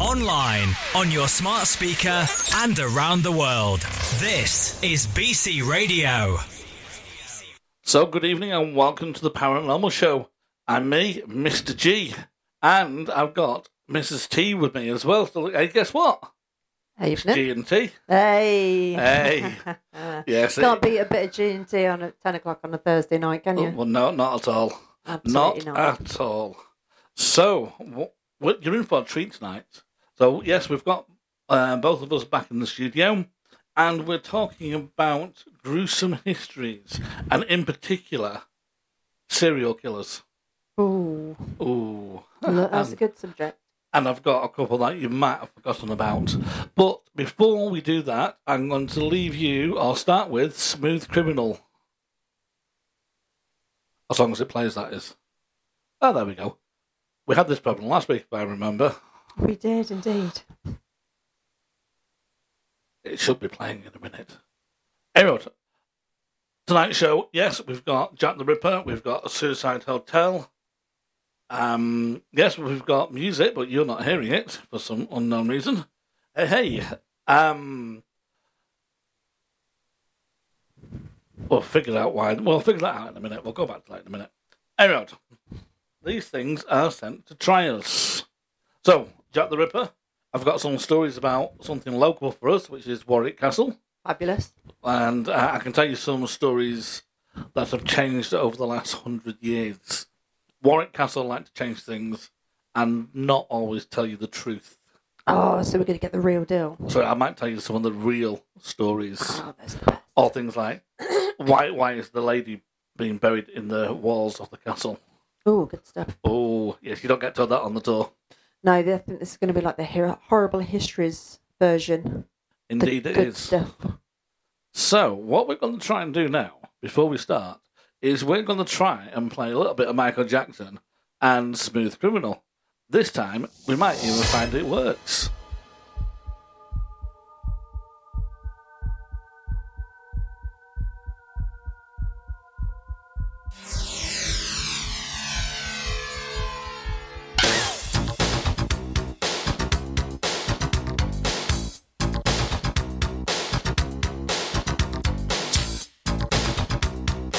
online, on your smart speaker, and around the world. This is BC Radio. So, good evening and welcome to the Paranormal Show. I'm me, Mr. G, and I've got Mrs. T with me as well. So, hey, guess what? Evening. G and T. Uh, Hey. Hey. Yes. Can't it- beat a bit of G and T on at ten o'clock on a Thursday night, can you? Well, no, not at all. Absolutely not, not. at all. So, wh- wh- you're in for a treat tonight. So, yes, we've got uh, both of us back in the studio, and we're talking about gruesome histories, and in particular, serial killers. Ooh, Ooh. look, um, that's a good subject. and I've got a couple that you might have forgotten about. But before we do that, I'm going to leave you. I'll start with Smooth Criminal. As long as it plays, that is. Oh, there we go. We had this problem last week, if I remember. We did indeed. It should be playing in a minute. Anyway, t- tonight's show, yes, we've got Jack the Ripper, we've got Suicide Hotel. Um, yes, we've got music, but you're not hearing it for some unknown reason. Hey, hey. Um, we'll figure out why. We'll figure that out in a minute. We'll go back to that in a minute. Anyway, these things are sent to try us. So, Jack the Ripper, I've got some stories about something local for us, which is Warwick Castle, Fabulous. and uh, I can tell you some stories that have changed over the last hundred years. Warwick Castle like to change things and not always tell you the truth. Oh, so we're gonna get the real deal. So I might tell you some of the real stories, Oh, that's the best. or things like why why is the lady being buried in the walls of the castle? Ooh, good stuff. Oh yes, you don't get told that on the tour. No, I think this is going to be like the hero- horrible histories version. The Indeed, it good is. stuff. So, what we're going to try and do now, before we start, is we're going to try and play a little bit of Michael Jackson and Smooth Criminal. This time, we might even find it works.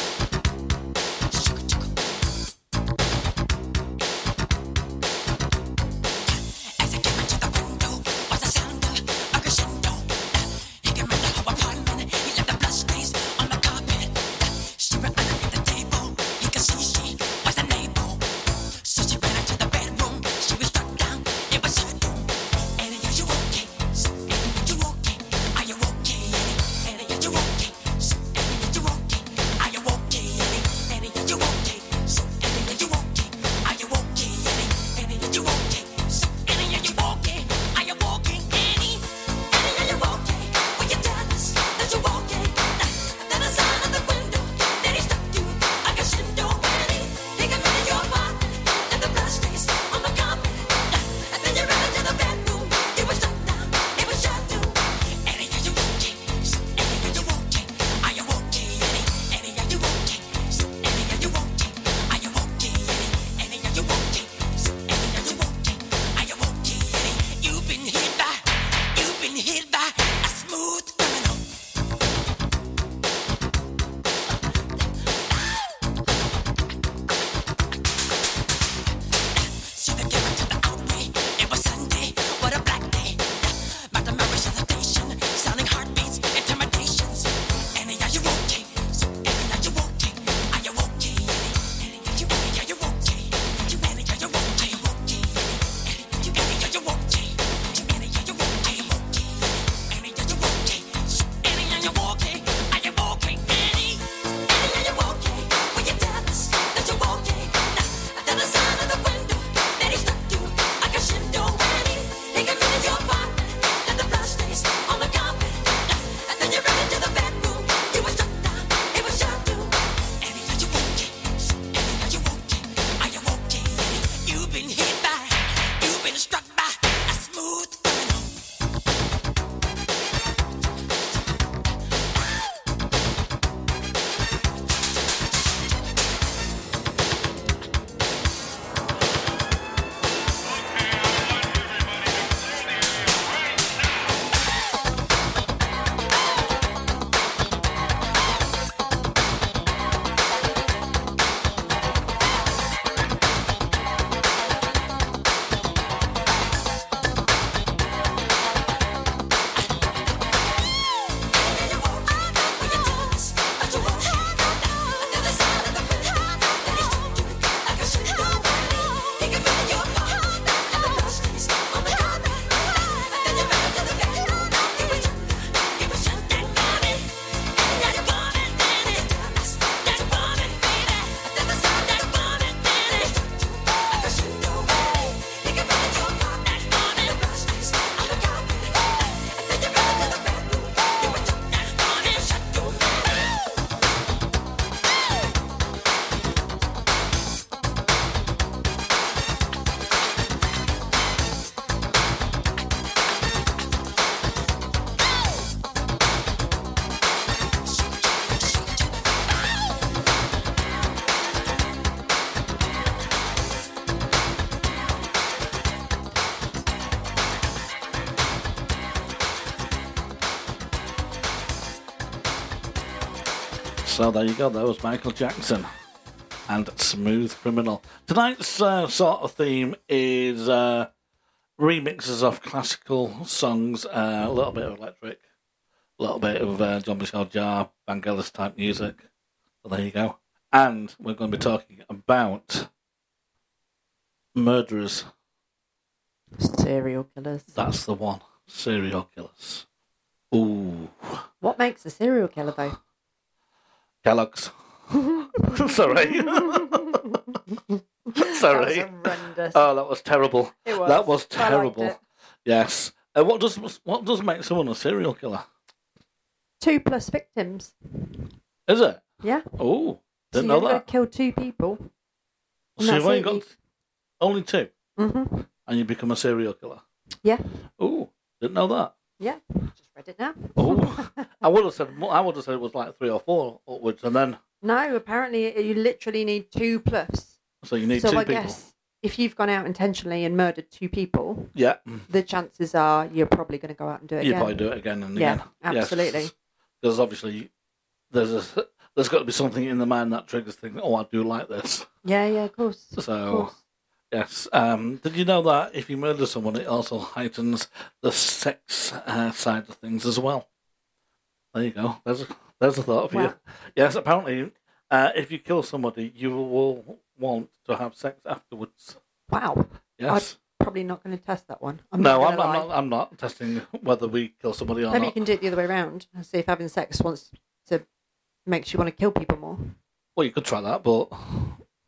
As I give into the voodoo, So there you go. There was Michael Jackson and Smooth Criminal. Tonight's uh, sort of theme is uh, remixes of classical songs, uh, a little bit of electric, a little bit of uh, John Michel Jarre, Vangelis type music. So there you go. And we're going to be talking about murderers. Serial killers. That's the one. Serial killers. Ooh. What makes a serial killer though? Kellogg's. Sorry. Sorry. That was horrendous. Oh, that was terrible. It That was was. I liked terrible. it. Yes. Uh, what does what does make someone a serial killer? Two plus victims. Is it? Yeah. Oh, So didn't you know only that. gotta kill two people. So and that's you've only it. got only two, Mm-hmm. and you become a serial killer. Yeah. Oh, didn't know that. Yeah. Just read it now. Oh, I would have said more, I would have said it was like three or four upwards, and then No, apparently you literally need two plus. so you need so two I people. guess if you've gone out intentionally and murdered two people, Yeah, the chances are you're probably going to go out and do it you again. probably do it again and Yeah, again. absolutely. Because obviously, there's a, there's got to be something in the mind that triggers things. Oh, I do like this. Yeah, yeah, of course. of So course. yes, um, did you know that if you murder someone, it also heightens the sex uh, side of things as well? There you go. There's a, there's a thought for you. Wow. Yes, apparently, uh, if you kill somebody, you will want to have sex afterwards. Wow. Yes. Probably not going to test that one. I'm no, not I'm, gonna lie. I'm not. I'm not testing whether we kill somebody or Maybe you not. can do it the other way around and see if having sex wants to makes you want to kill people more. Well, you could try that, but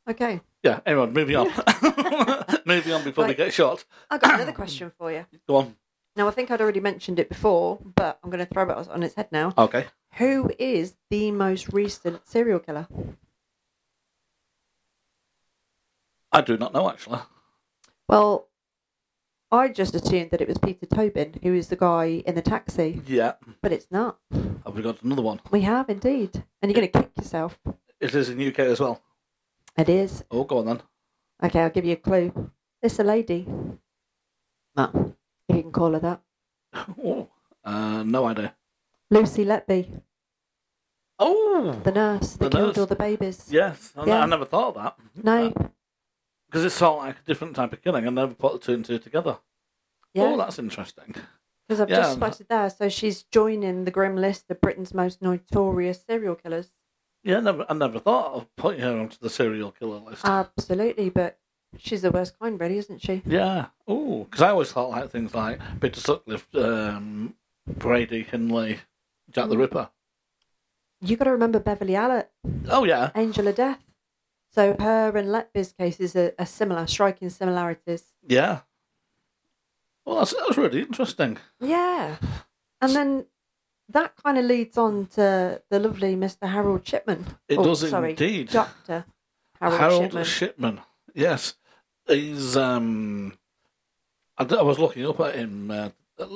Okay. yeah. Anyway, moving on. moving on before Right. we get shot. I've got another question for you. Go on. Now, I think I'd already mentioned it before, but I'm going to throw it on its head now. Okay. Who is the most recent serial killer? I do not know actually. Well, I just assumed that it was Peter Tobin, who is the guy in the taxi, Yeah. but it's not. Have we got another one? We have indeed. And you're going to kick yourself. It is in UK as well. It is. Oh, go on then. Okay, I'll give you a clue. It's a lady. No. If you can call her that. Oh, uh, no idea. Lucy Letby, Oh, the nurse that The killed nurse. Uh, all the babies. yes. I, Yeah. I never thought of that. No. Because it's sort of like a different type of killing. I never put the two and two together. Oh, Yeah. that's interesting. Because I've yeah, just and- spotted there. So she's joining the grim list of Britain's most notorious serial killers. Yeah, I never, I never thought of putting her onto the serial killer Ah. list. Absolutely, but she's the worst kind, really, isn't she? yeah. Oh, because I always thought like things like Peter Sutcliffe, um, Brady Hinley, Jack the Ripper. You got to remember Beverly Allen, Oh, yeah. Angel of Death. So her and Letby's cases are, are similar, striking similarities. Yeah. Well, that's, that's really interesting. Yeah, and then that kind of leads on to the lovely Mr. Harold Chipman. It Oh, does sorry, indeed. Doctor Harold, Harold Chipman. Shipman. Yes, he's. Um, I, d- I was looking up at him uh,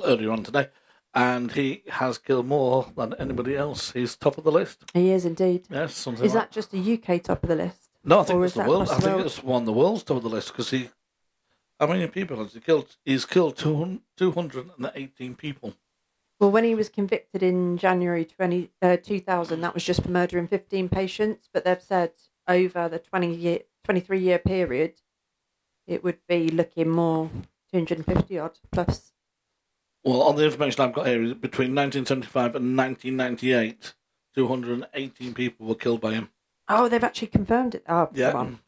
earlier on today, and he has killed more than anybody else. He's top of the list. he is indeed. Yes, something. Is like- that just a UK top of the list? No, I think or it's is the that world. across I the think world? it's one of the world's top of the list because he. How many people has he killed? He's killed 200 218 people. Well, when he was convicted in January 20, uh, 2000, that was just for murdering 15 patients, but they've said over the 20 year, 23 year period, it would be looking more 250 odd plus. Well, all the information I've got here is between 1975 and 1998, 218 people were killed by him. Oh, they've actually confirmed it. Oh, Yeah. come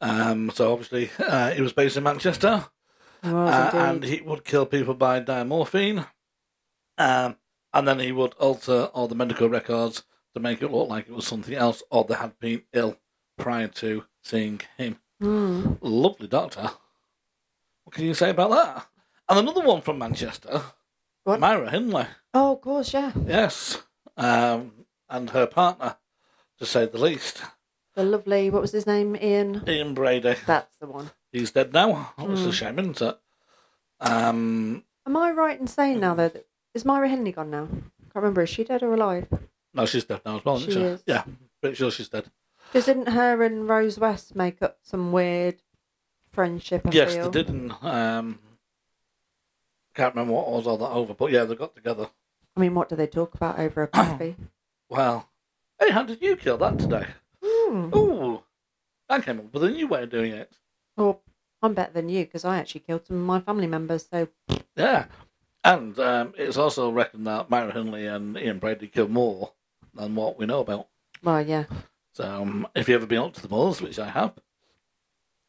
Um, so obviously, uh, he was based in Manchester, uh, on. Was and indeed. he would kill people by dimorphine, um, and then he would alter all the medical records to make it look like it was something else, or they had been ill prior to seeing him. Mm. Lovely doctor. What can you say about that? And another one from Manchester, What? Myra Hindley. Oh, of course, yeah. Yes, um, and her partner, to say the least, The lovely, what was his name? Ian. Ian Brady. That's the one. He's dead now. It's Hmm. a shame, isn't it? Um, Am I right in saying now, though, that is Myra Henley gone now? can't remember. Is she dead or alive? no, she's dead now as well, isn't She she? is. Yeah, pretty sure she's dead. Because didn't her and Rose West make up some weird friendship? I yes, feel? they didn't. Um, can't remember what was all that over, but yeah, they got together. I mean, what do they talk about over a coffee? Well, Hey, how did you kill that today? Hmm. Ooh, I came up with a new way of doing it. Well, I'm better than you because I actually killed some of my family members. So Yeah. And um, it's also reckoned that Myra Henley and Ian Brady kill more than what we know about. well, yeah. So um, if you've ever been up to the moors, which I have,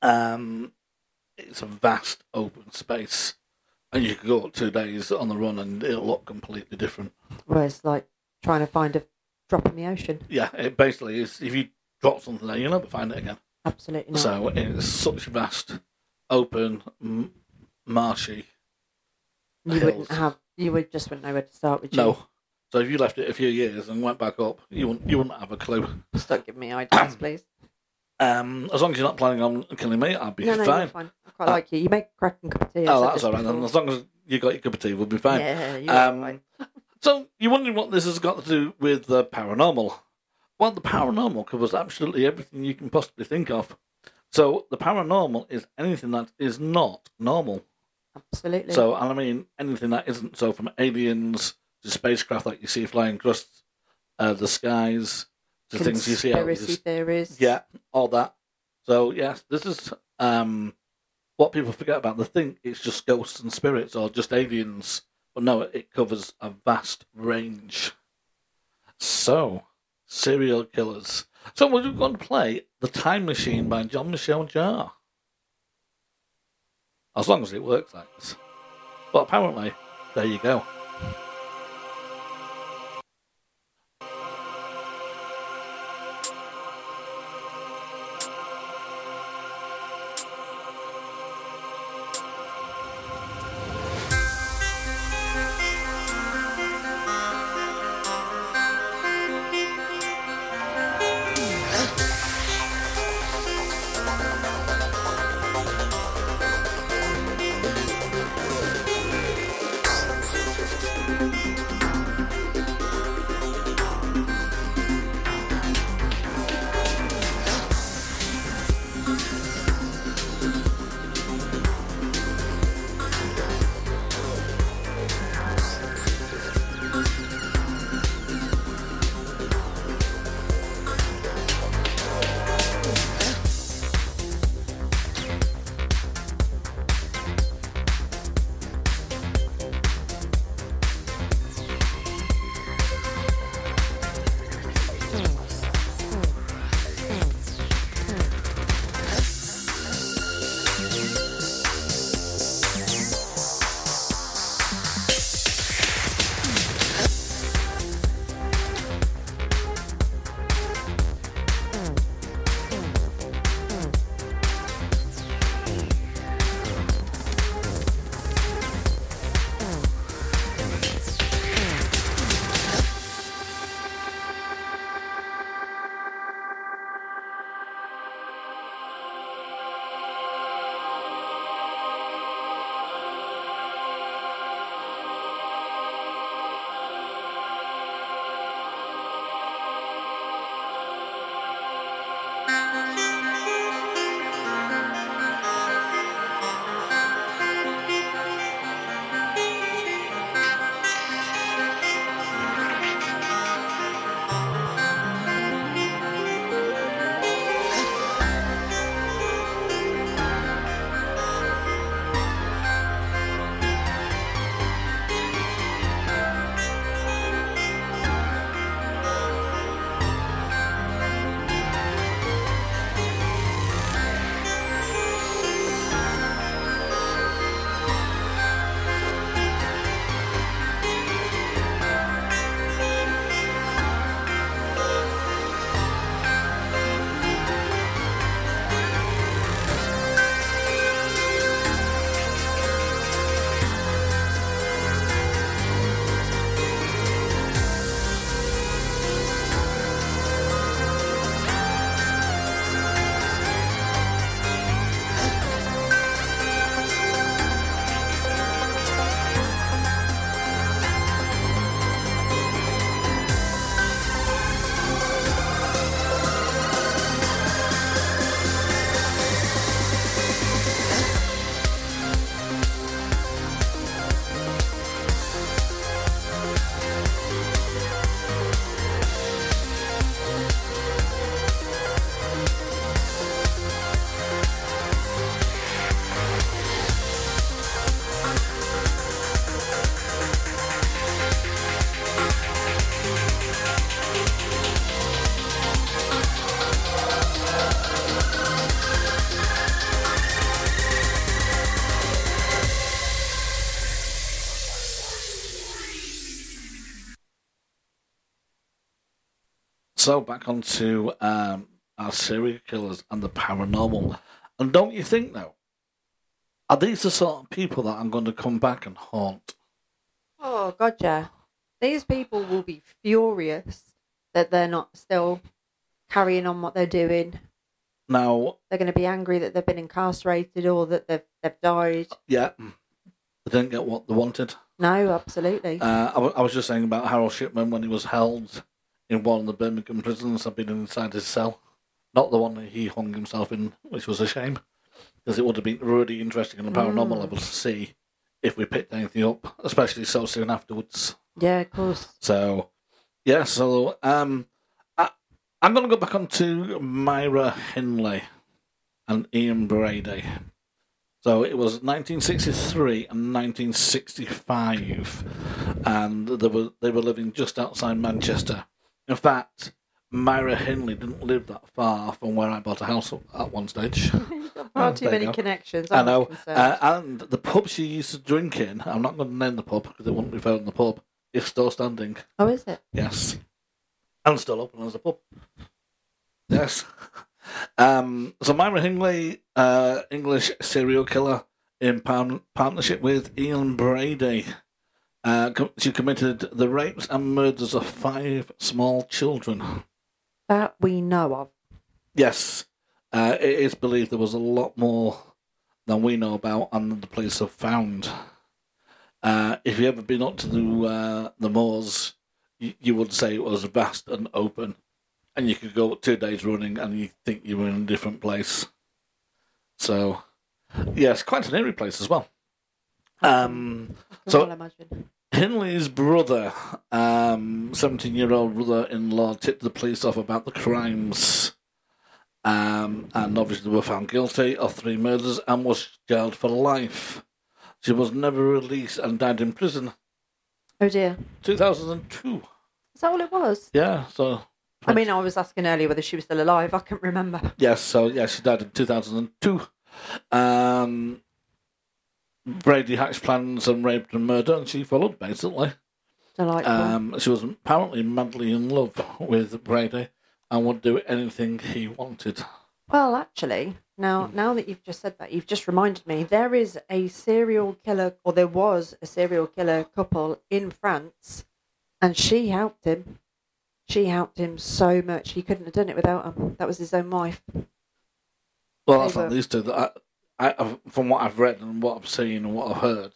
um, it's a vast open space. And you could go up two days on the run and it'll look completely different. Well, it's like trying to find a drop in the ocean. Yeah, it basically is. If you drop something there, you'll never find it again. Absolutely not. So it's such vast, open, m- marshy. you hills. wouldn't have. You would just wouldn't know where to start, would you? No. So if you left it a few years and went back up, you wouldn't, you wouldn't have a clue. Stop giving me ideas, please. Um, as long as you're not planning on killing me, I'll be No, no, you're fine. fine. I quite like you. You make a cracking cup of tea. I Oh, said that's this all right then. before. As long as you got your cup of tea, we'll be fine. Yeah, you are Um, right. So you're wondering what this has got to do with the paranormal. Well, the paranormal covers absolutely everything you can possibly think of. So the paranormal is anything that is not normal. Absolutely. So, and I mean anything that isn't. So, from aliens to spacecraft that you see flying across uh, the skies to things you see out of Conspiracy the theories. Yeah, all that. So yes, this is um, what people forget about. They think it's just ghosts and spirits or just aliens, but no, it covers a vast range. So, serial killers. So we're going to play "The Time Machine" by John Michel Jarre. As long as it works like this. But apparently, there you go. So back onto um, our serial killers and the paranormal. And don't you think though? Are these the sort of people that I'm going to come back and haunt? Oh, God, yeah. These people will be furious that they're not still carrying on what they're doing. Now, They're going to be angry that they've been incarcerated or that they've, they've died. yeah, they didn't get what they wanted. No, absolutely. Uh, I, w- I was just saying about Harold Shipman when he was held in one of the Birmingham prisons. I've been inside his cell, not the one that he hung himself in, which was a shame, because it would have been really interesting on a paranormal level to see if we picked anything up, especially so soon afterwards. yeah, of course. So, yeah, so um, I, I'm going to go back on to Myra Henley and Ian Brady. So it was 1963 and 1965, and they were they were living just outside Manchester. In fact, Myra Henley didn't live that far from where I bought a house at one stage. Far too oh, there you many go. connections. I I'm know. concerned. Uh, and the pub she used to drink in, I'm not going to name the pub because it wouldn't be fair on the pub, is still standing. oh, is it? Yes. And still open as a pub. Yes. Um, so Myra Hingley, uh, English serial killer, in par- partnership with Ian Brady. Uh, com- she committed the rapes and murders of five small children. That we know of. Yes, uh, it is believed there was a lot more than we know about and that the police have found. Uh, if you ever been up to the uh, the moors, you, you would say it was vast and open, and you could go two days running and you think you were in a different place. So, yes, quite an eerie place as well. Um, Can So- well imagine. Hinley's brother, um, 17 year old brother in law, tipped the police off about the crimes. Um, and obviously, were found guilty of three murders and was jailed for life. She was never released and died in prison Oh, dear. 2002. Is that all it was? Yeah, so. I mean, I was asking earlier whether she was still alive. I couldn't remember. Yes, so yeah, she died in 2002. Um, Brady hatched plans and raped and murder, and she followed, basically. Delightful. Um, she was apparently madly in love with Brady and would do anything he wanted. Well, actually, now now that you've just said that, you've just reminded me there is a serial killer, or there was a serial killer couple in France, and she helped him. She helped him so much; he couldn't have done it without her. That was his own wife. Well, that's They not were- these two. That I, I, I've- from what I've read and what I've seen and what I've heard,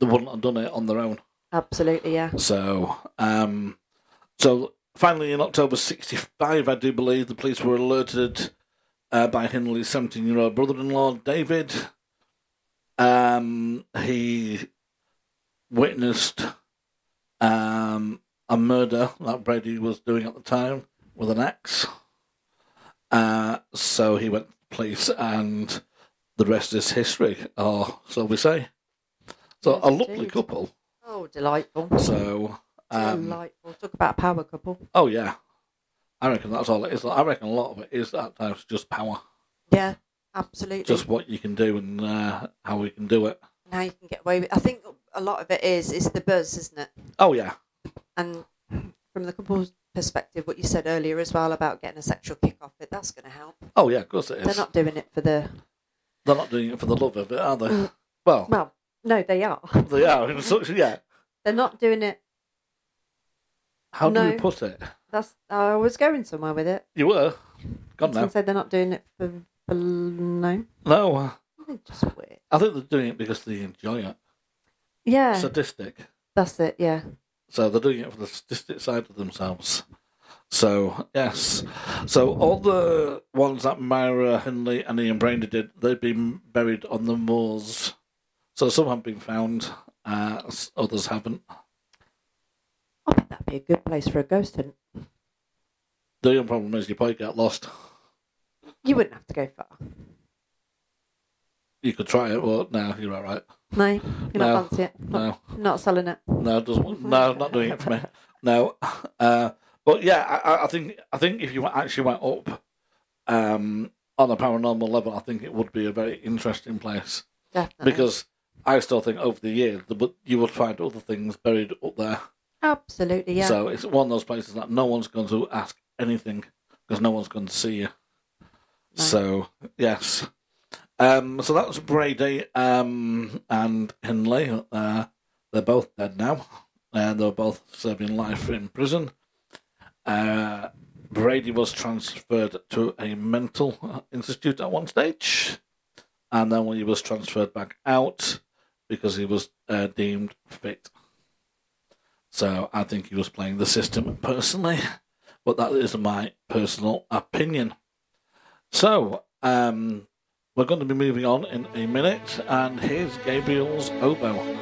they wouldn't have done it on their own. Absolutely, yeah. So, um, so finally in October '65, I do believe the police were alerted uh, by Hindley's 17-year-old brother-in-law David. Um, he witnessed um, a murder that Brady was doing at the time with an axe. Uh, so he went to the police, and the rest is history, or so we say. So a Yes, lovely indeed. couple. Oh, delightful! So, um, delightful. Talk about a power couple. oh yeah, I reckon that's all it is. I reckon a lot of it is that times just power, Yeah, absolutely. just what you can do and uh, how we can do it. now you can get away with. I think a lot of it is is the buzz, isn't it? Oh yeah, and from the couple's perspective, what you said earlier as well about getting a sexual kick off it, that's going to help. oh yeah, of course it is. They're not doing it for the They're not doing it for the love of it, are they? Mm. Well, well, no, they are. they are. mm. In such, yeah. They're not doing it. How do you No. put it? That's I was going somewhere with it. You were gone I now. said they're not doing it for, for no, No, uh, They're just weird. I think they're doing it because they enjoy it. Yeah, Sadistic. that's it. Yeah, So they're doing it for the statistic side of themselves. So yes, so all the ones that Myra Henley and Ian Brady did, they've been buried on the moors. So some have been found, uh, s- others haven't. I bet that'd be a good place for a ghost hunt. The only problem is you probably get lost. You wouldn't have to go far. You could try it, but no, you're all right. No, you're not No. fancy it. Not, No, not selling it. no, it doesn't. No, not doing it for me. No, uh, but yeah, I, I- I think I think if you actually went up um, on a paranormal level, I think it would be a very interesting place. Definitely. because I still think over the years the, but you would find other things buried up there. absolutely, yeah. So it's one of those places that no one's going to ask anything because no one's going to see you. So yes, um, so that was Brady um, and Henley. Uh, they're both dead now. Uh, they're both serving life in prison. Uh, Brady was transferred to a mental institute at one stage, and then when he was transferred back out because he was uh, deemed fit. So I think he was playing the system personally, but that is my personal opinion. So um, we're going to be moving on in a minute, and here's Gabriel's oboe.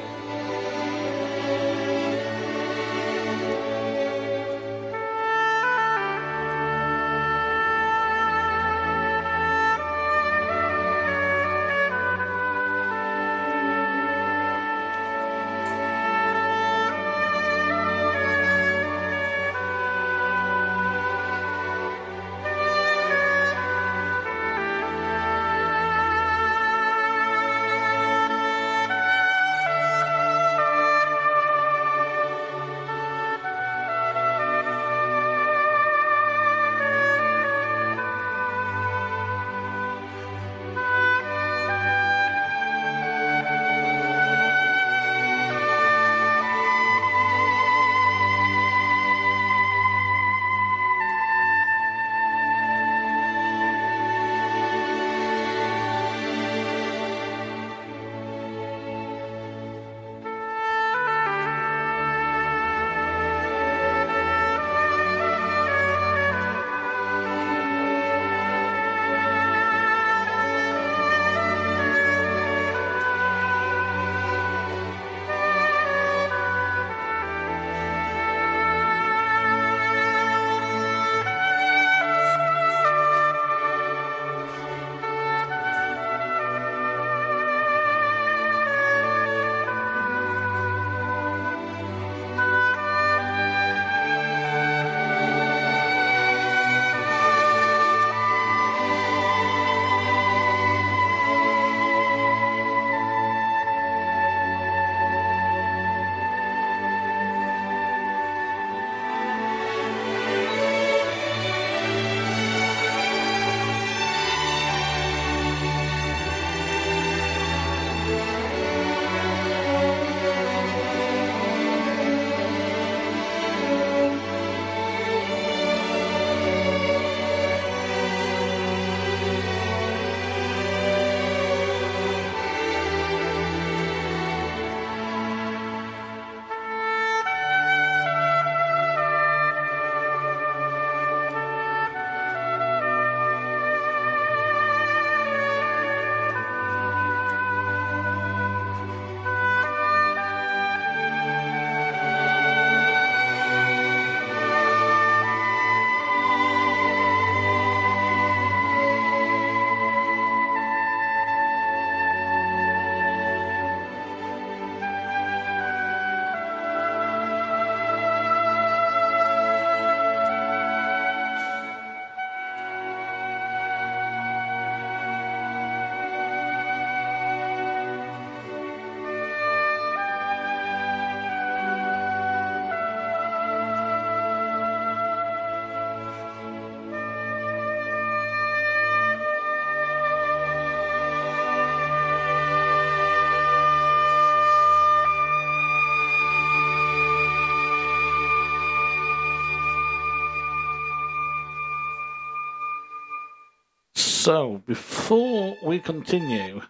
So, before we continue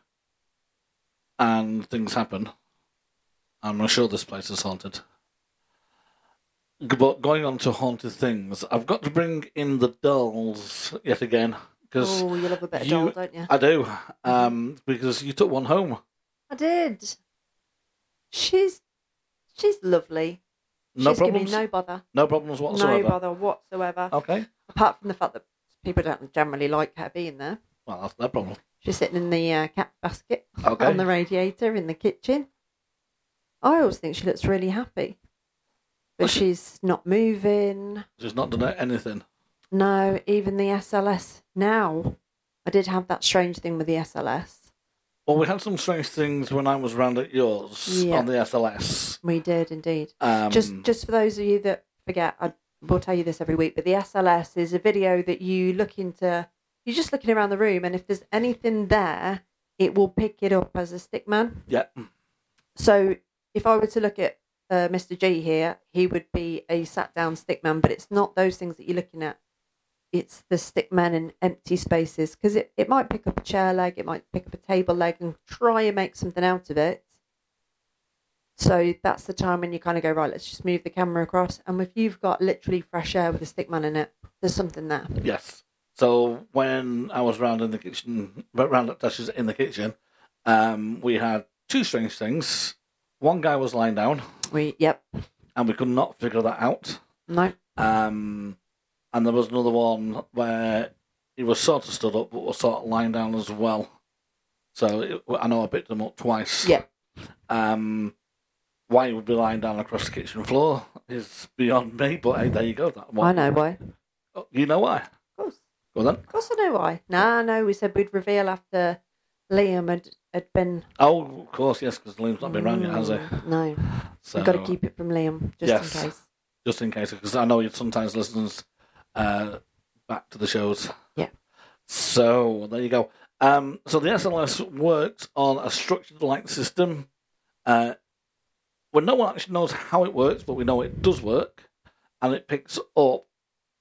and things happen, I'm not sure this place is haunted. G- But going on to haunted things, I've got to bring in the dolls yet again because Oh, you love a bit of you- doll, don't you? I do. Um, because you took one home. I did. She's she's lovely. No she's problems. giving me no bother, no problems whatsoever. no bother whatsoever. Okay. Apart from the fact that people don't generally like her being there. Well, that's no problem. She's sitting in the uh, cat basket Okay. on the radiator in the kitchen. I always think she looks really happy, but she's not moving. She's not done anything. No, even the SLS now. I did have that strange thing with the SLS. Well, we had some strange things when I was round at yours Yeah. on the SLS. We did indeed. Um, just, just for those of you that forget, I we'll tell you this every week, but the SLS is a video that you look into. You're just looking around the room, and if there's anything there, it will pick it up as a stick man. Yeah. So if I were to look at uh, Mr. G here, he would be a sat down stick man, but it's not those things that you're looking at. It's the stick man in empty spaces because it, it might pick up a chair leg, it might pick up a table leg and try and make something out of it. So that's the time when you kind of go, right, let's just move the camera across. And if you've got literally fresh air with a stick man in it, there's something there. Yes. So when I was round in the kitchen, round at Dash's in the kitchen, um, we had two strange things. One guy was lying down, We, yep, and we could not figure that out. no, Um, and there was another one where he was sort of stood up, but was sort of lying down as well. So it, I know I picked him up twice. yep. Um, why he would be lying down across the kitchen floor is beyond me. But hey, there you go. That I one. know why. Of Oh, You know why? course. Well then. Of course I know why. Nah, no, we said we'd reveal after Liam had, had been. Oh, of course, yes, because Liam's not been round yet, has he? Mm, No, So, we've got to keep it from Liam just Yes. in case. just in case, because I know you sometimes listens uh, back to the shows. Yeah. So there you go. Um, so the SLS works on a structured light system. Uh, well, no one actually knows how it works, but we know it does work, and it picks up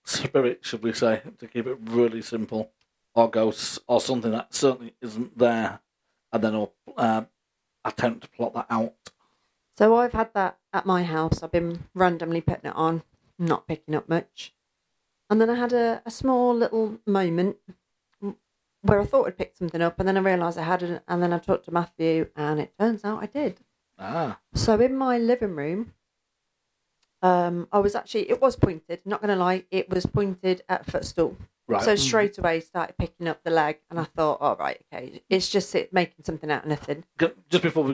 spirit, should we say, to keep it really simple, or ghosts, or something that certainly isn't there, and then I'll uh, attempt to plot that out. So I've had that at my house. I've been randomly putting it on, not picking up much. And then I had a, a small little moment where I thought I'd picked something up, and then I realised I hadn't. And then I talked to Matthew, and it turns out I did. Ah, So in my living room, um, I was actually it was pointed. Not gonna lie, it was pointed at footstool. right. Mm. So straight away started picking up the leg, and I thought, all right, okay, it's just it making something out of nothing. G- just before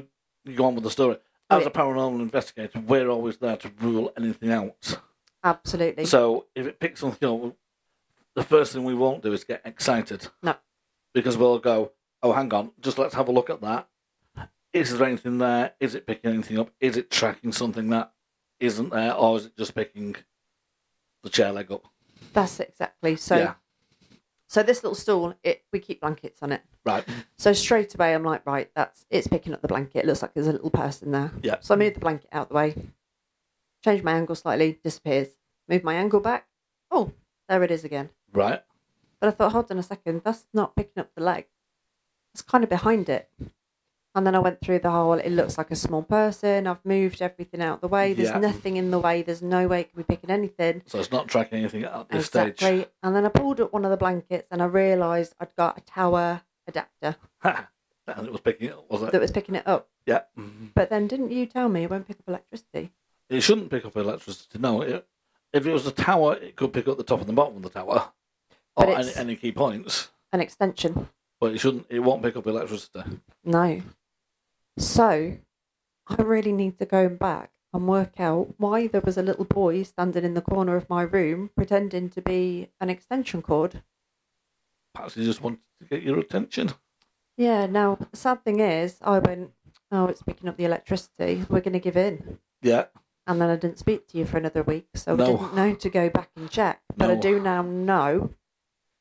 we go on with the story, as Yeah. a paranormal investigator, we're always there to rule anything out. Absolutely. So if it picks something up, the first thing we won't do is get excited. No. Because we'll go, oh, hang on, just let's have a look at that. Is there anything there? Is it picking anything up? Is it tracking something that isn't there? Or is it just picking the chair leg up? That's exactly. So yeah. so this little stool, it we keep blankets on it. Right. So straight away, I'm like, right, that's it's picking up the blanket. It looks like there's a little person there. Yeah. So I move the blanket out the way, change my angle slightly, disappears. Move my angle back. Oh, there it is again. Right. But I thought, hold on a second, that's not picking up the leg. It's kind of behind it. And then I went through the whole, it looks like a small person. I've moved everything out the way. There's Yeah. nothing in the way. There's no way it could be picking anything. So it's not tracking anything at this stage. Exactly. And then I pulled up one of the blankets and I realised I'd got a tower adapter and it was picking it up, was it? that was picking it up. yeah. But then didn't you tell me it won't pick up electricity? It shouldn't pick up electricity. No, it, if it was a tower, it could pick up the top and the bottom of the tower, But or any, it's- any key points. An extension. But it shouldn't. It won't pick up electricity. No. So I really need to go back and work out why there was a little boy standing in the corner of my room pretending to be an extension cord. Perhaps he just wanted to get your attention. Yeah, now the sad thing is I went, Oh, it's picking up the electricity. We're gonna give in. Yeah, And then I didn't speak to you for another week, so No. I didn't know to go back and check. But I No. do now know.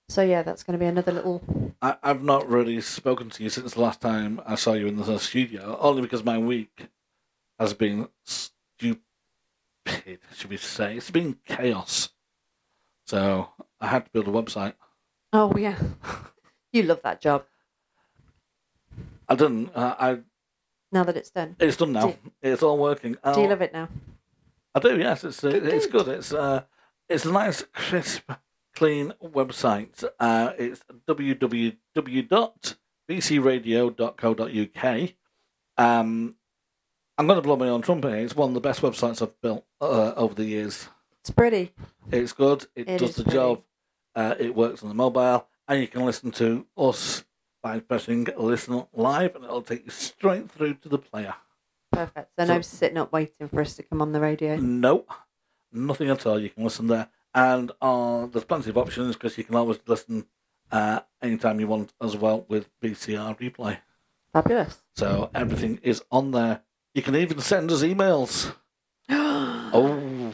So yeah, that's gonna be another little I, I've not really spoken to you since the last time I saw you in the studio, only because my week has been stupid. Should we say it's been chaos? So I had to build a website. Oh yeah. you love that job. I didn't. Uh, I Now that it's done. it's done now. it's all working. Do you I'll- love it now? I do. Yes, it's uh, it's good. It's uh, it's a nice, crisp, clean website. Uh, it's www.bcradio.co.uk. Um, I'm going to blow my own trumpet. here. It's one of the best websites I've built uh, over the years. It's pretty. It's good. It, It does is the pretty. job. Uh, it works on the mobile, and you can listen to us by pressing "Listen Live," and it'll take you straight through to the player. Perfect. So, So- Mm. no sitting up waiting for us to come on the radio. No, nothing at all. You can listen there, and uh, there's plenty of options because you can always listen uh, anytime you want as well with BCR replay. Fabulous. So everything is on there. You can even send us emails. oh, Oh,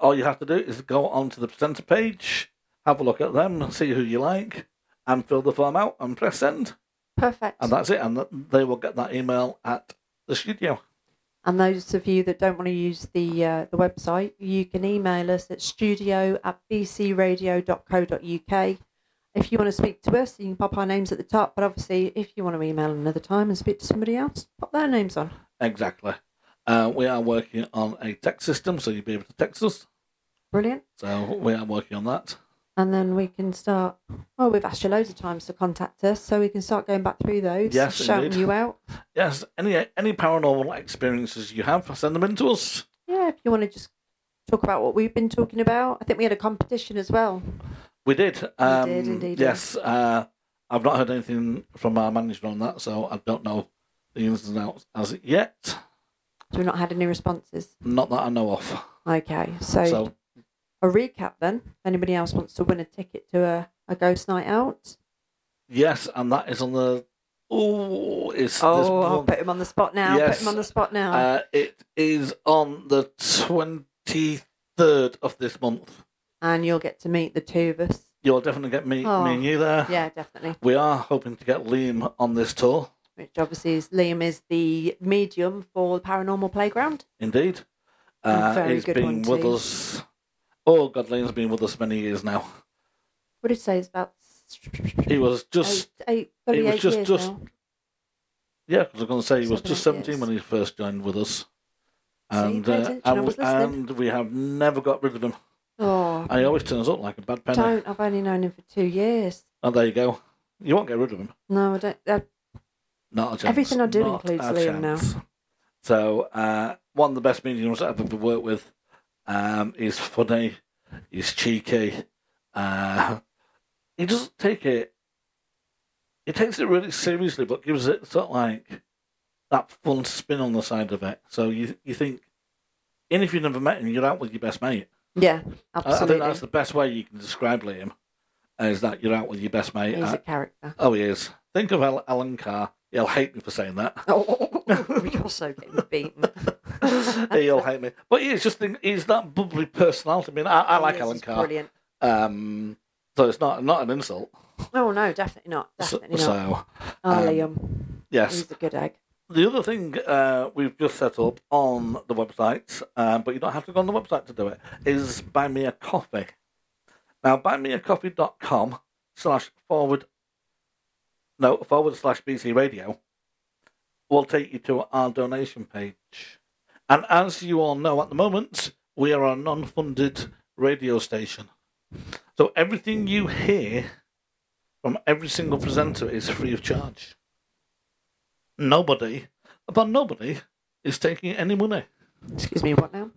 all you have to do is go onto the presenter page, have a look at them, see who you like, and fill the form out and press send. Perfect. And that's it. And th- they will get that email at the studio. And those of you that don't want to use the uh, the website, you can email us at studio at bcradio.co.uk. If you want to speak to us, you can pop our names at the top. But obviously, if you want to email another time and speak to somebody else, pop their names on. Exactly. Uh, we are working on a text system, so you'll be able to text us. Brilliant. So we are working on that. And then we can start. Well, we've asked you loads of times to contact us, so we can start going back through those, Yes, shouting indeed. you out. Yes, any any paranormal experiences you have, send them in to us. Yeah, if you want to just talk about what we've been talking about. I think we had a competition as well. We did. Um, did indeed, Yes, uh, I've not heard anything from our manager on that, so I don't know the ins and outs as yet. So we've not had any responses. Not that I know of. Okay, so, So a recap then. If anybody else wants to win a ticket to a, a ghost night out? yes, and that is on the. Oh, it's this Oh, I'll one. put him on the spot now. Yes. Put him on the spot now. Uh, it is on the twenty third of this month. and you'll get to meet the two of us. You'll definitely get me, Oh. me and you there. Yeah, definitely. We are hoping to get Liam on this tour. Which obviously is Liam is the medium for the paranormal playground. Indeed. A Uh, very he's good been one with too. us. Oh, God, Liam's been with us many years now. What did it say? It's about He was eight, just, eight, he probably was eight just- years just- now. yeah, 'cause I was going to say he was Seven, just eight 17 years. when he first joined with us. See, And, pay uh, attention, I and, was we, listening. and we have never got rid of him. Oh, And he always turns up like a bad penny. don't. I've only known him for two years. Oh, there you go. You won't get rid of him. No, I don't. Uh, Not a chance. Everything I do Not includes a Liam now. chance. So, uh, one of the best mediums I've ever worked with. Um, he's funny, he's cheeky. Uh, he doesn't take it. He takes it really seriously, but gives it sort of like that fun spin on the side of it. So you you think, even if you've never met him, you're out with your best mate. yeah, I- I absolutely. think that's the best way you can describe Liam, is that you're out with your best mate. He's Uh, a character. oh, he is. Think of Al- Alan Carr. He'll hate me for saying that. Oh, you're so getting beaten. He'll hate me. But he's just he's that bubbly personality. I mean, I, I like Oh, Yes, Alan he's Carr. Brilliant. Um, so it's not not an insult. Oh no, definitely not. So, Definitely not. so, Oh, um, Liam, yes. he's a good egg. The other thing uh, we've just set up on the website, uh, but you don't have to go on the website to do it, is buy me a coffee. Now, buymeacoffee.com slash forward, no, forward slash BC Radio will take you to our donation page. And as you all know, at the moment, we are a non funded radio station. So everything you hear from every single presenter is free of charge nobody, but nobody is taking any money. Excuse me, what now?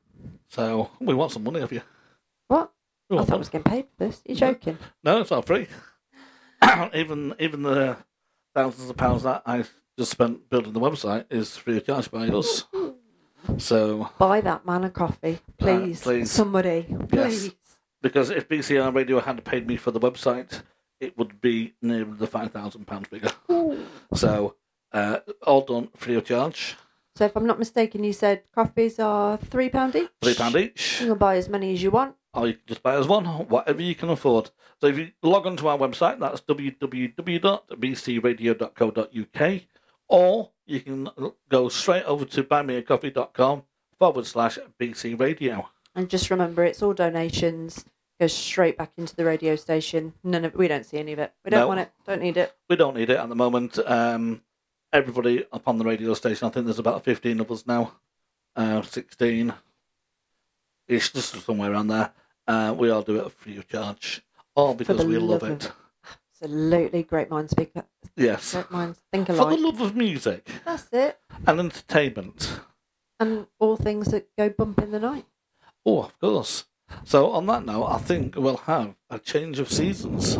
So we want some money off you. What? We I want thought I was some- getting paid for this. You're joking. Oh, No, it's not free. even even the thousands of pounds that I just spent building the website is free of charge by us. So Buy that man a coffee, please. Uh, please. Somebody, Yes. please. because if BCR Radio had paid me for the website, it would be near the five thousand pound figure. So uh, all done free of charge, So, if I'm not mistaken, you said coffees are three pound each. three pound each. You can buy as many as you want. or you can just buy us one, whatever you can afford. So if you log onto our website, that's www.bcradio.co.uk, or you can go straight over to buymeacoffee.com forward slash BC Radio. And just remember, it's all donations. Goes straight back into the radio station. None of we don't see any of it. We don't No. want it. Don't need it. We don't need it at the moment. Um, everybody up on the radio station, I think there's about 15 of us now, uh, 16. It's just somewhere around there. Uh, we all do it free of charge, all because we love, love of- it. Absolutely great minds speak. Yes. Great minds think For the alike. love of music That's it. and entertainment. And all things that go bump in the night. Oh, of course. So on that note, I think we'll have a change of seasons.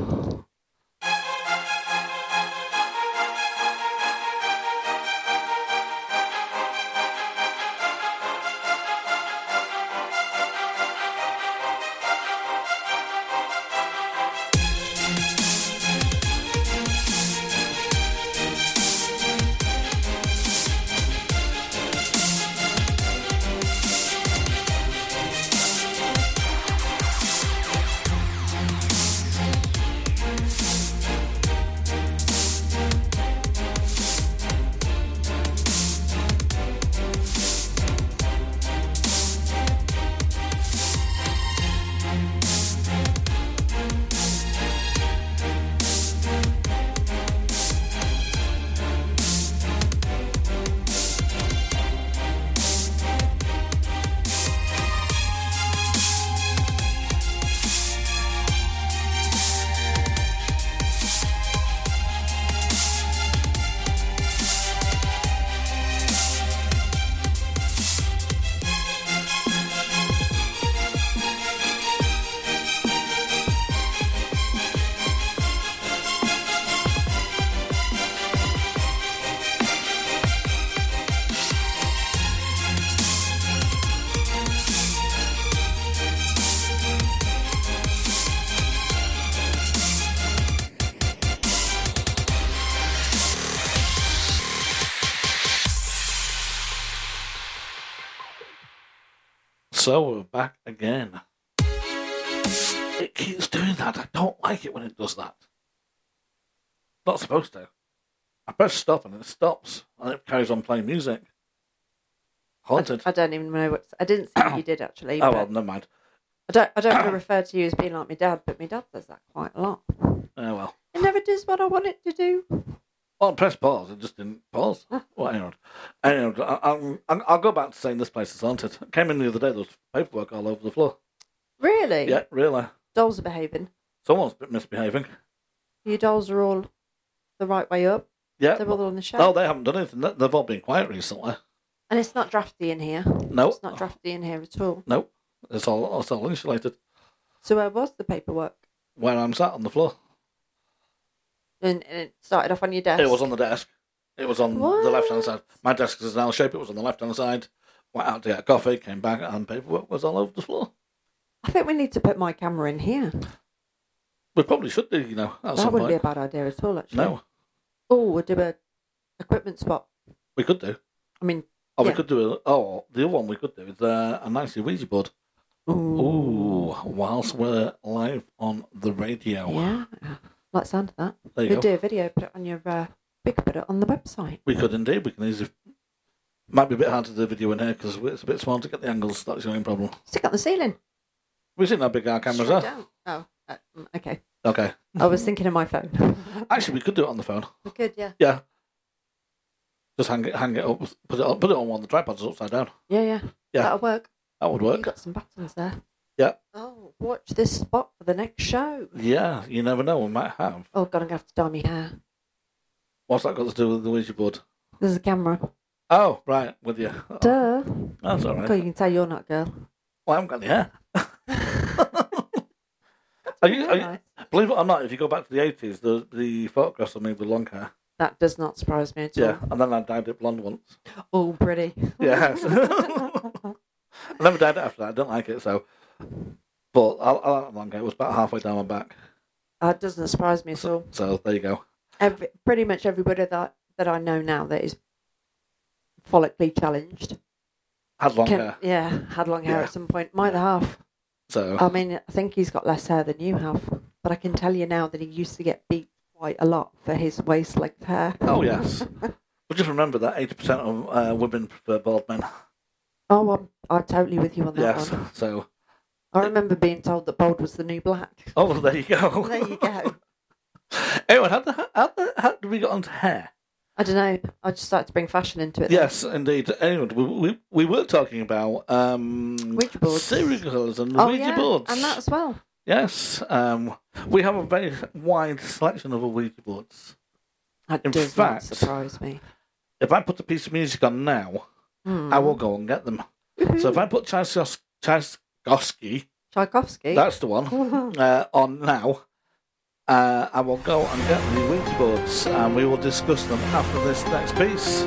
So we're back again. It keeps doing that. I don't like it when it does that. Not supposed to. I press stop and it stops and it carries on playing music. Haunted. I, I don't even know what I didn't see if you did actually. oh but well, never mind. I don't. I don't want to refer to you as being like my dad, but my dad does that quite a lot. Oh well. It never does what I want it to do. Well, press pause. It just didn't pause. well, anyway, anyway I, I'll, I'll I'll go back to saying this place is haunted. I came in the other day. There was paperwork all over the floor. Really? Yeah, really. Dolls are behaving. Someone's been misbehaving. Your dolls are all the right way up. Yeah. They're all on the shelf. No, they haven't done anything. They- They've all been quiet recently. And it's not drafty in here. No. It's not drafty in here at all. No. It's all it's all insulated. So where was the paperwork? Where I'm sat on the floor. And, and it started off on your desk. It was on the desk. It was on the What? left hand side. My desk is an L shape. It was on the left hand side. Went out to get coffee, came back, and paperwork was all over the floor. I think we need to put my camera in here. We probably should do, you know, at that some wouldn't be a point. bad idea at all, actually. No, Oh, we'll do a equipment swap. we could do. I mean, Or we Yeah. could do. A, oh, the other one we could do is uh, a nice Ouija board. Oh, Ooh, whilst we're live on the radio. yeah. Let's add that. There you We'll go. do a video, put it on your, uh, we could put it on the website. We could indeed. We can easily. Might be a bit hard to do video in here because it's a bit small to get the angles. That's the only problem. Stick it on the ceiling. We've seen how big our cameras Straight are. down. Oh, uh, mm, okay. Okay. I was thinking of my phone. Actually, we could do it on the phone. we could, yeah. Yeah. Just hang it, hang it up, put it on, put it on one of the tripods upside down. Yeah, yeah. Yeah. That'll work. That would You've work. got some buttons there. Yeah. Oh, watch this spot for the next show. Yeah, you never know. We might have. Oh, God, I'm going to have to dye my hair. What's that got to do with the Ouija board? There's a camera. Oh, right, with you. Oh, Duh. that's all God, right. you can tell you're not a girl. Well, I haven't got any hair. Are you, are you- Nice. believe it or not, if you go back to the 80s, the, the photographs of me with long hair. That does not surprise me at all. Yeah, and then I dyed it blonde once. All pretty. Yes. I never dyed it after that. I don't like it, so. But I'll, I'll have long hair. It was about halfway down my back. That Uh, doesn't surprise me at all. So there you go. Every, pretty much everybody that, that I know now that is follically challenged. Had long can- hair. yeah, had long hair Yeah. at some point. My other half. So. I mean, I think he's got less hair than you have, but I can tell you now that he used to get beat quite a lot for his waist length hair. Oh, yes. but just remember that 80% of uh, women prefer bald men. Oh, I'm, I'm totally with you on that yes. one. So. I remember being told that bald was the new black. Oh, well, there you go. There you go. anyway, how, the, how, the, how did we get onto hair? I don't know. I just started to bring fashion into it. Yes, indeed. Anyway, we, we, we were talking about um, Ouija boards. serial killers and Oh, Ouija yeah, boards. and that as well. Yes, um, we have a very wide selection of Ouija boards. That In does fact- not surprise me. If I put a piece of music on now, Hmm. I will go and get them. So if I put Tchaikos- Tchaikovsky, Tchaikovsky. that's the one, uh, on now, uh, I will go and get the Ouija boards and we will discuss them after this next piece.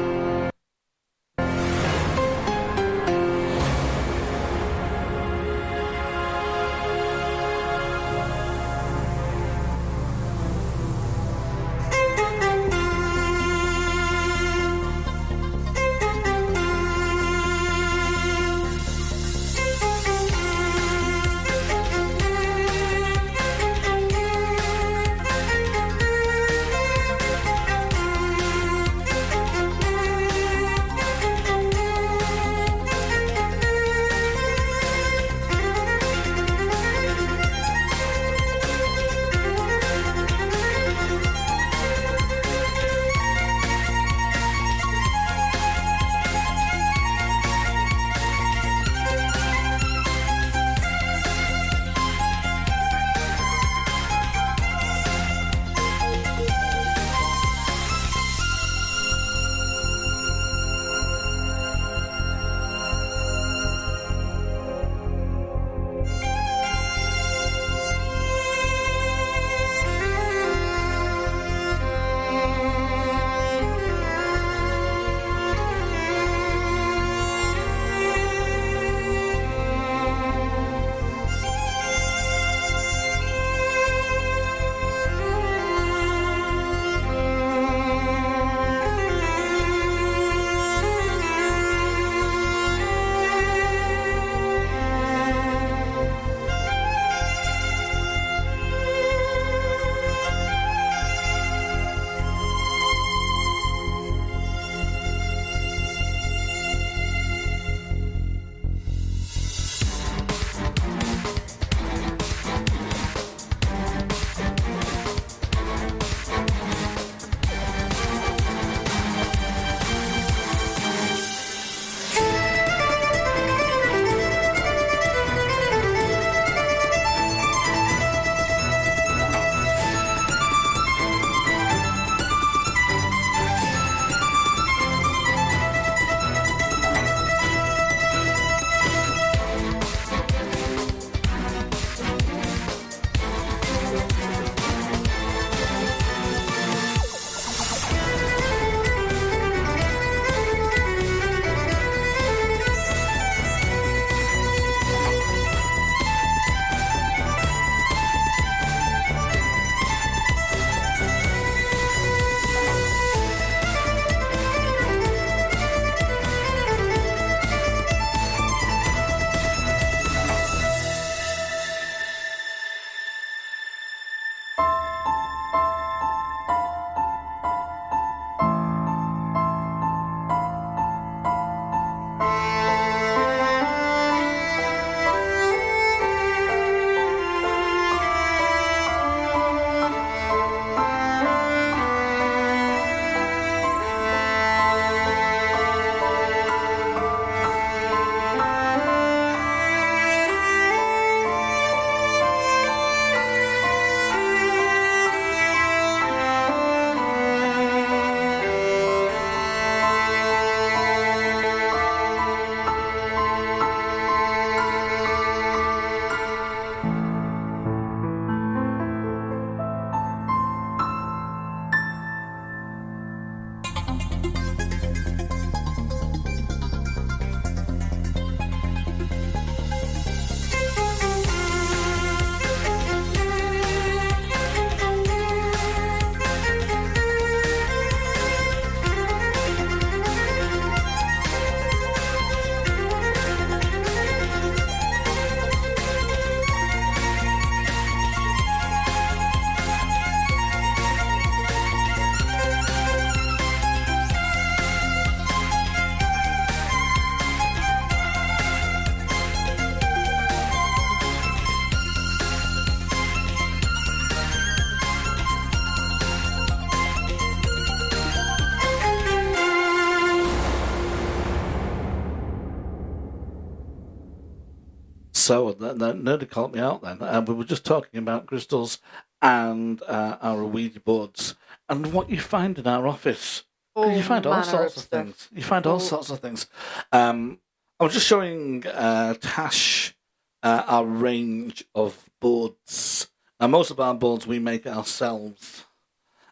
so, and then, then Nerdy called me out then. And we were just talking about crystals and uh, our Ouija boards and what you find in our office. All you find all Oh, manner sorts of, stuff. Oh. things. You find all All- sorts of things. Um, I was just showing uh, Tash uh, our range of boards. Now, most of our boards we make ourselves.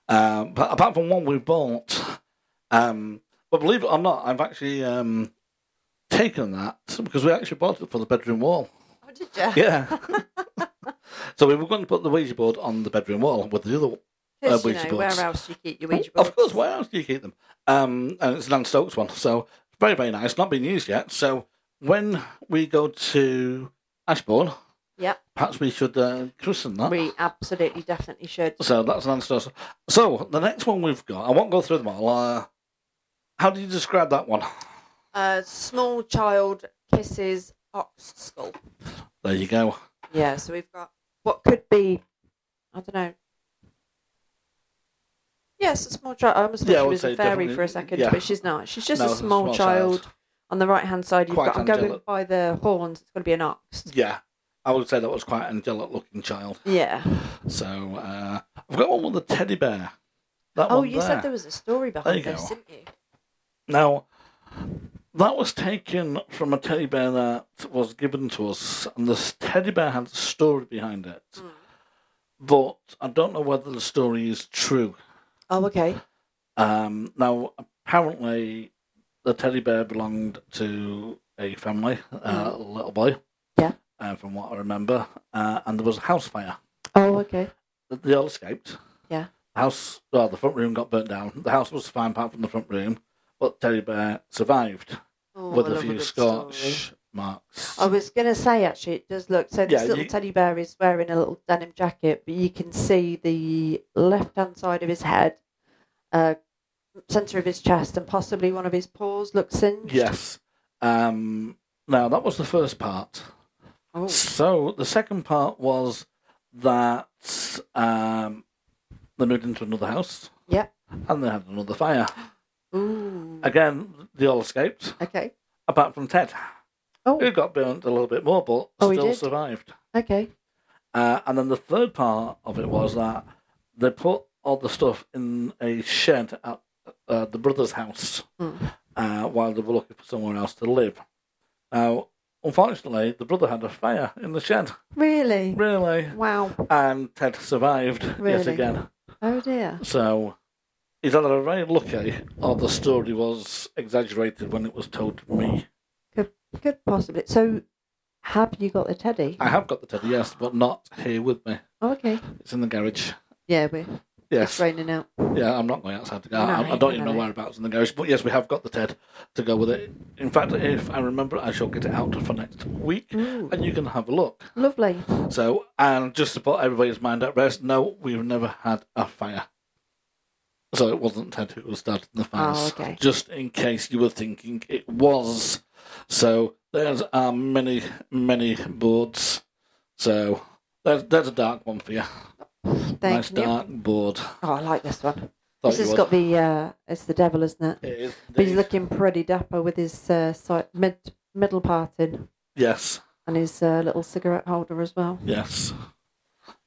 Um, but apart from one we bought, um, but believe it or not, I've actually um, taken that because we actually bought it for the bedroom wall. Oh, did you? Yeah. so we were going to put the Ouija board on the bedroom wall with the other Because, Uh, you Ouija know, boards. where else do you keep your Ouija boards? of course, where else do you keep them? Um, and it's an Anne Stokes one, so very, very nice. Not been used yet. So when we go to Ashbourne, Yep. perhaps we should uh, christen that. We absolutely, definitely should. So that's an Anne Stokes. So the next one we've got, I won't go through them all. Uh, how do you describe that one? Uh, small child kisses ox skull. There you go. Yeah, so we've got what could be, I don't know. Yes, a small child. I almost thought Yeah, I she would was say a fairy definitely- for a second, yeah. but she's not. She's just No, a it's a small, small child. child. On the right hand side, you've Quite got. I'm going angelic. by the horns. It's going to be an ox. Yeah, I would say that was quite an angelic looking child. Yeah. So uh, I've got one with a teddy bear. That Oh, one you there. said there was a story you behind go. this, didn't you? Now, that was taken from a teddy bear that was given to us, and this teddy bear had a story behind it. Hmm. But I don't know whether the story is true. Oh, okay. Um, now, apparently, the teddy bear belonged to a family, uh, a little boy. Hmm. Yeah. Uh, from what I remember, uh, and there was a house fire. Oh, okay. Th- They all escaped. Yeah. The house, well, the front room got burnt down. The house was fine apart from the front room, but teddy bear survived Oh, with I a love few good scotch story. Oh. marks. I was going to say actually, it does look. So this Yeah, little you- teddy bear is wearing a little denim jacket, but you can see the left hand side of his head, uh, center of his chest, and possibly one of his paws looks singed. Yes. Um, now that was the first part. Oh. So the second part was that um, they moved into another house. Yep. And they had another fire. Ooh. Again, they all escaped, Okay. apart from Ted, who Oh. got burnt a little bit more, but Oh, he still did? survived. Okay. Uh, and then the third part of it was that they put all the stuff in a shed at uh, the brother's house Mm. uh, while they were looking for somewhere else to live. Now, unfortunately, the brother had a fire in the shed, Really? really, Wow. and Ted survived yet Really? again. Oh dear. So he's either very lucky or the story was exaggerated when it was told to me. Could could possibly. So, have you got the teddy? I have got the teddy, yes, but not here with me. Oh, okay. It's in the garage. Yeah, we're Yes. raining out. Yeah, I'm not going outside to go. No, I, I you don't even know know it. whereabouts in the garage. But yes, we have got the TED to go with it. In fact, if I remember, I shall get it out for next week, Ooh. and you can have a look. Lovely. So, and just to put everybody's mind at rest, no, we've never had a fire. So it wasn't Ted who was starting the fires. Oh, okay. Just in case you were thinking it was. So there's our many, many boards. So there's, there's a dark one for you. nice Thank you. dark board. Oh, I like this one. Thought this you has would. got the. Uh, it's the devil, isn't it? It is But he's indeed. looking pretty dapper with his uh, side, mid middle parting Yes, and his uh, little cigarette holder as well. yes.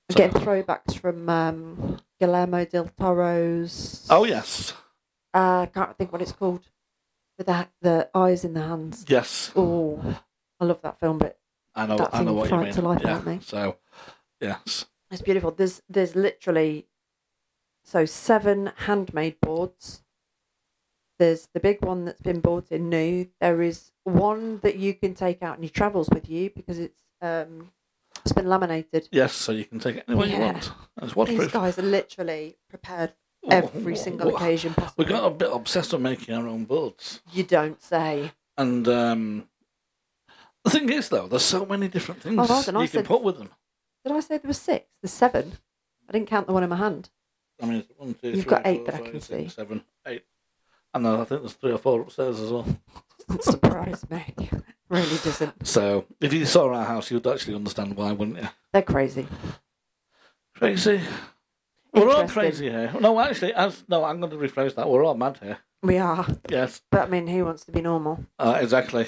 I'm getting throwbacks from um, Guillermo del Toro's. Oh yes, Uh, I can't think what it's called. With the, the eyes in the hands. yes. Oh, I love that film, but I know. That I know thing what you mean. frights the life yeah. out of me. So, yes, it's beautiful. There's there's literally so seven handmade boards. There's the big one that's been bought in new. There is one that you can take out and he travels with you because it's um, it's been laminated. yes. So you can take it anywhere you Yeah. want. It's These waterproof. guys are literally prepared Wha- every wha- single wha- occasion possible. Oh, We got a bit obsessed with making our own boards, You don't say. and um, the thing is, though, there's so many different things Oh, hold on, I you can said- put with them. Did I say there were six? There's seven. I didn't count the one in my hand. I mean, it's one, two, You've three, got eight four, that I five, can six, see. seven, eight. And then I think there's three or four upstairs as well. Doesn't surprise me. Really doesn't. So if you saw our house, you'd actually understand why, wouldn't you? They're crazy. Crazy. We're all Interesting. crazy here. No, actually, as no, I'm going to rephrase that. We're all mad here. We are. Yes, But I mean, who wants to be normal? Hmm. uh, exactly.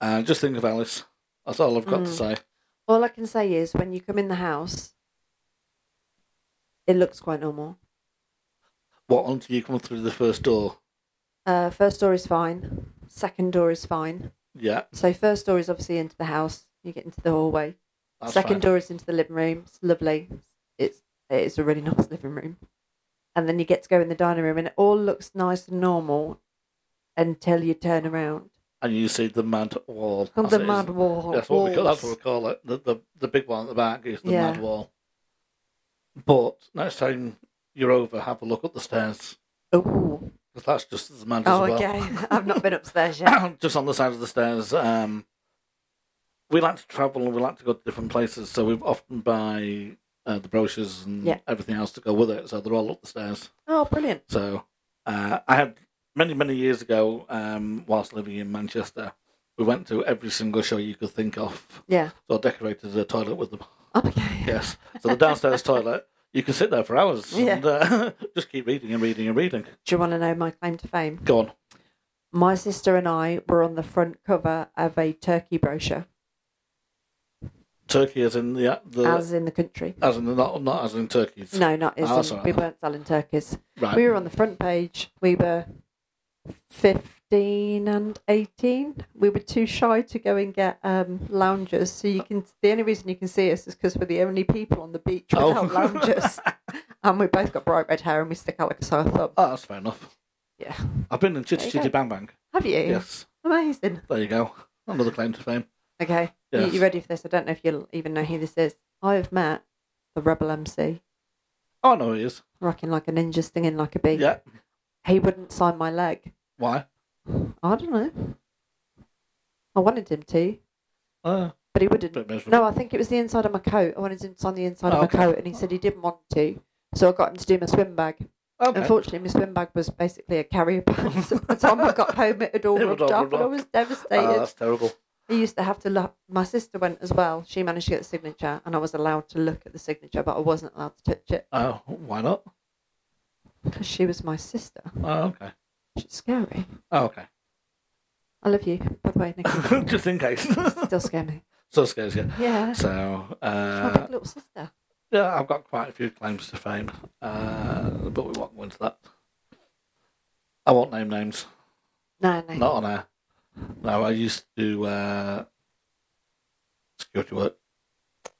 Uh, just think of Alice. That's all I've got to say. All I can say is when you come in the house, it looks quite normal. What until you come through the first door? Uh, first door is fine. Second door is fine. Yeah, So first door is obviously into the house. You get into the hallway. that's Second fine. door is into the living room. It's lovely. It's it's a really nice living room. And then you get to go in the dining room, and it all looks nice and normal until you turn around. and you see the mad wall. On as Oh, it the is. mud wall. That's what we call. That's what walls. we call it. The, the the big one at the back is the Yeah. mad wall. But next time you're over, have a look up the stairs Ooh. because that's just as mad Oh, as well. okay. I've not been upstairs yet. just on the side of the stairs. Um, we like to travel and we like to go to different places, so we often buy uh, the brochures and Yeah. everything else to go with it. So they're all up the stairs. Oh, brilliant. So uh, I had many, many years ago, um, whilst living in Manchester, we went to every single show you could think of. Yeah. So I decorated the toilet with them. Okay. Yes. So the downstairs toilet, you can sit there for hours Yeah. and uh, just keep reading and reading and reading. Do you want to know my claim to fame? Go on. My sister and I were on the front cover of a turkey brochure, Turkey is in the the as, as in the country. in the not not as in turkeys. No, not Oh, as that's in, all we right. weren't selling turkeys. Right. We were on the front page. We were 15 and 18. We were too shy to go and get um, loungers. So you can. The only reason you can see us is because we're the only people on the beach Oh. without loungers. and we both got bright red hair and we stick out like a sore thumb. Oh, that's fair enough. Yeah. I've been in Chitty There you Chitty go. Bang Bang. Have you? Yes. Amazing. There you go. Another claim to fame. Okay. You, Yes. you ready for this? I don't know if you'll even know who this is. I have met the Rebel MC, Oh, no, he is. rocking like a ninja, stinging like a bee. Yeah. He wouldn't sign my leg. Why? I don't know. I wanted him to, Uh, but he a wouldn't. bit miserable. No, I think it was the inside of my coat. I wanted him to sign the inside of my Oh, Okay. coat, and he said he didn't want to. So I got him to do my swim bag. Okay. Unfortunately, my swim bag was basically a carrier bag. So by the time I got home, it had all It was rubbed all off, rubbed and I off. was Ah, devastated. that's terrible. I used to have to look. My sister went as well. She managed to get the signature, and I was allowed to look at the signature, but I wasn't allowed to touch it Oh, why not? because she was my sister. Oh, okay. She's scary. Oh, okay. I love you, by the way, Nicky. Just in case. Still scare me. so scares you. Yeah. So, My uh, big little sister. yeah, I've got quite a few claims to fame, uh, but we won't go into that. I won't name names. No, no. Not on air. No, I used to do uh, security work.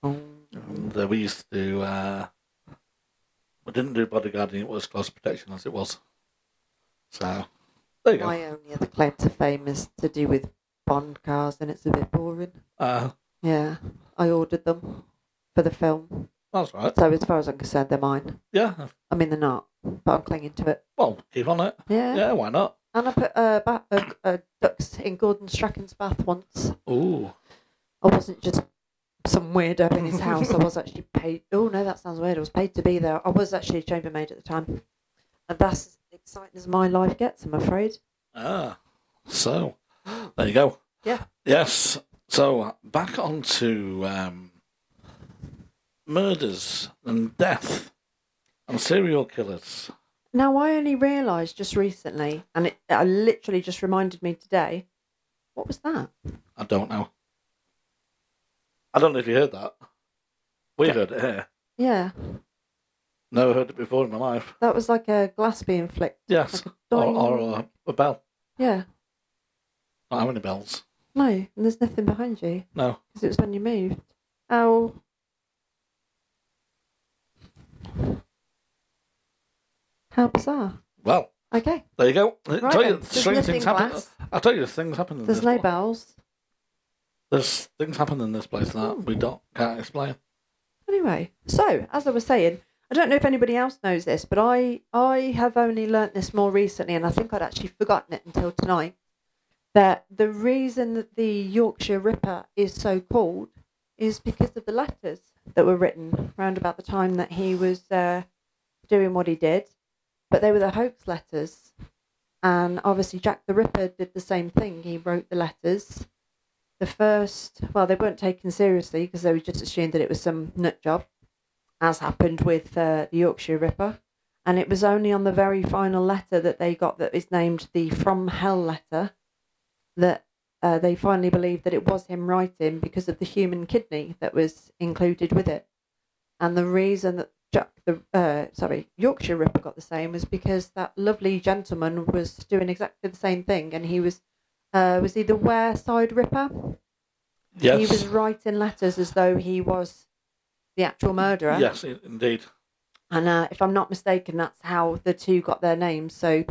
Oh. And uh, we used to do, uh, we didn't do bodyguarding, it was close protection as it was. So, there you go. My only other claim to fame is to do with Bond cars, and it's a bit boring. Uh, Yeah, I ordered them for the film, that's right. so as far as I'm concerned, they're mine. Yeah. I mean, they're not, but I'm clinging to it. Well, keep on it. Yeah. Yeah, why not? And I put uh, ba- uh, uh, ducks in Gordon Strachan's bath once. Ooh. I wasn't just some weirdo in his house. I was actually paid. Oh no, that sounds weird. I was paid to be there. I was actually chambermaid at the time, and that's as exciting as my life gets. I'm afraid. Ah. So, there you go. Yeah. Yes. So, uh, back onto um, murders and death and serial killers. Now I only realised just recently, and it, it literally just reminded me today. What was that? I don't know. I don't know if you heard that. We heard it here. Yeah, Never heard it before in my life. that was like a glass being flicked. Yes. Like a Or, ding. or a, a bell. Yeah, Not how many bells? no, and there's nothing behind you No. because it was when you moved. Oh, how bizarre. Well, Okay, there you go. I right tell you, then. There's strange nothing things happen. glass. I tell you, things happen. In There's this no pla- bells. There's things happen in this place that we don't can't explain. Anyway, so as I was saying, I don't know if anybody else knows this, but I I have only learnt this more recently, and I think I'd actually forgotten it until tonight. That the reason that the Yorkshire Ripper is so called is because of the letters that were written round about the time that he was uh, doing what he did, but they were the hoax letters, and obviously Jack the Ripper did the same thing. He wrote the letters the first, well, they weren't taken seriously because they were just assumed that it was some nut job, as happened with uh, the Yorkshire Ripper. And it was only on the very final letter that they got that is named the From Hell letter that uh, they finally believed that it was him writing because of the human kidney that was included with it. And the reason that Jack the uh, sorry Yorkshire Ripper got the same was because that lovely gentleman was doing exactly the same thing, and he was uh, was he the Ware Side Ripper? Yes. He was writing letters as though he was the actual murderer. Yes, i- indeed. And uh, if I'm not mistaken, that's how the two got their names. So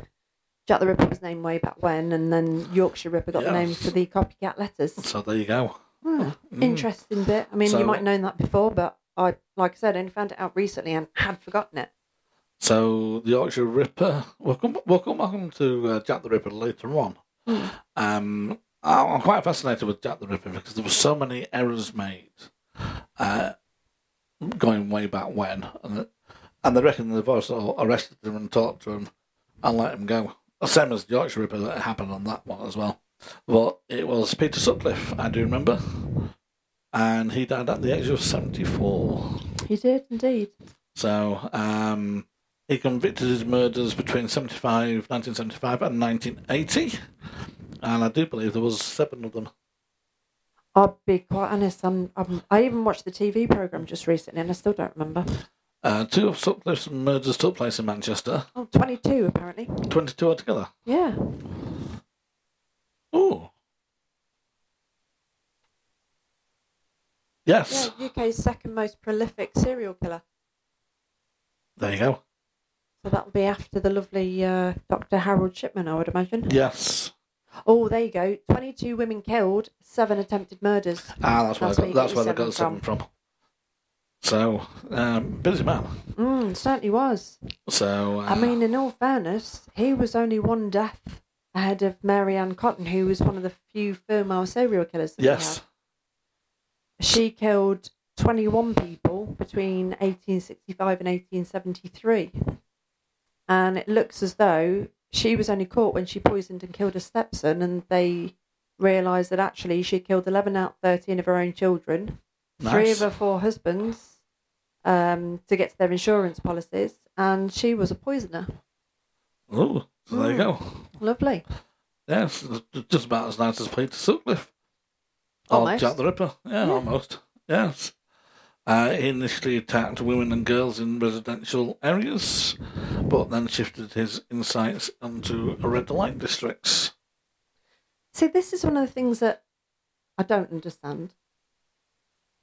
Jack the Ripper was named way back when, and then Yorkshire Ripper got the name Yes. for the copycat letters. So there you go. Hmm, Interesting bit. I mean, So- you might have known that before, but I, like I said, I only found it out recently and had forgotten it. So the Yorkshire Ripper. We'll come. We'll come back to uh, Jack the Ripper later on. Um, I- I'm quite fascinated with Jack the Ripper because there were so many errors made, uh, going way back when, and and they reckon they've also arrested him and talked to him and let him go. Same as the Yorkshire Ripper that happened on that one as well. But it was Peter Sutcliffe, I do remember, and he died at the age of 74. You did indeed. So um, he convicted his murders between 75, 1975 and 1980. And I do believe there was seven of them. I'll be quite honest. I'm, I'm, I even watched the TV program just recently, and I still don't remember. Uh, two of Sutcliffe's murders took place in Manchester, Oh, 22 apparently. 22 altogether. Yeah. Ooh. Yes, Yeah, UK's second most prolific serial killer. there you go. So that'll be after the lovely uh, Dr. Harold Shipman, I would imagine. Yes. Oh, there you go. 22 women killed, seven attempted murders. Ah, that's, That's where, where I you got, that's get where they your got seven seven from. So, um, busy man. Mm, certainly was. So, uh, I mean, in all fairness, he was only one death ahead of Mary Ann Cotton, who was one of the few female serial killers. That we yes. have. She killed 21 people between 1865 and 1873. And it looks as though she was only caught when she poisoned and killed her stepson, and they realised that actually she killed 11 out of 13 of her own children. three of uh, Nice. her four husbands um, to get to their insurance policies, and she was a poisoner. Ooh, so there you Mm. go. Lovely. Yes, it's just about as nice as Peter Sutcliffe. Or Almost. Jack the Ripper. Yeah, Yeah. almost. Yes. Uh, he initially attacked women and girls in residential areas, but then shifted his insights onto red light districts. See, this is one of the things that I don't understand.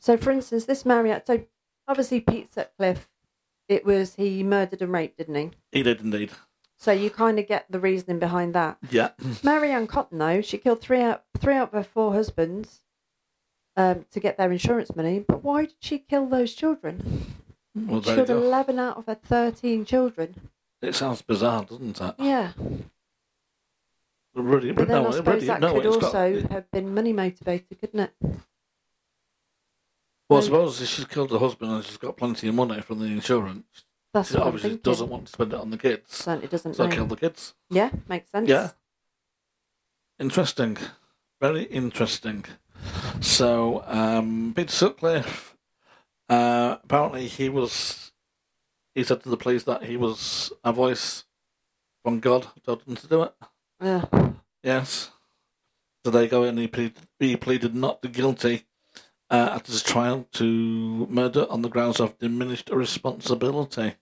So, for instance, this Marriott. So, obviously, Pete Sutcliffe. It was he murdered and raped, didn't he? He did indeed. So you kind of get the reasoning behind that. Yeah. Mary Ann Cotton, though, she killed three out three out of her four husbands um, to get their insurance money. But why did she kill those children? Well, She there you killed go. eleven out of her thirteen children. It sounds bizarre, doesn't it? Yeah, Really, but then no, I suppose really, that no, could it's also got- have been money motivated, couldn't it? well, I suppose if she's killed her husband and she's got plenty of money from the insurance, That's she what I'm obviously thinking. doesn't want to spend it on the kids. Certainly doesn't. So know. kill the kids. Yeah, makes sense. Yeah. Interesting. Very interesting. So, um, Peter Sutcliffe, uh, apparently he was, he said to the police that he was a voice from God, told him to do it. Yeah. Yes. So they go and he pleaded, he pleaded not guilty uh, at his trial to murder on the grounds of diminished responsibility.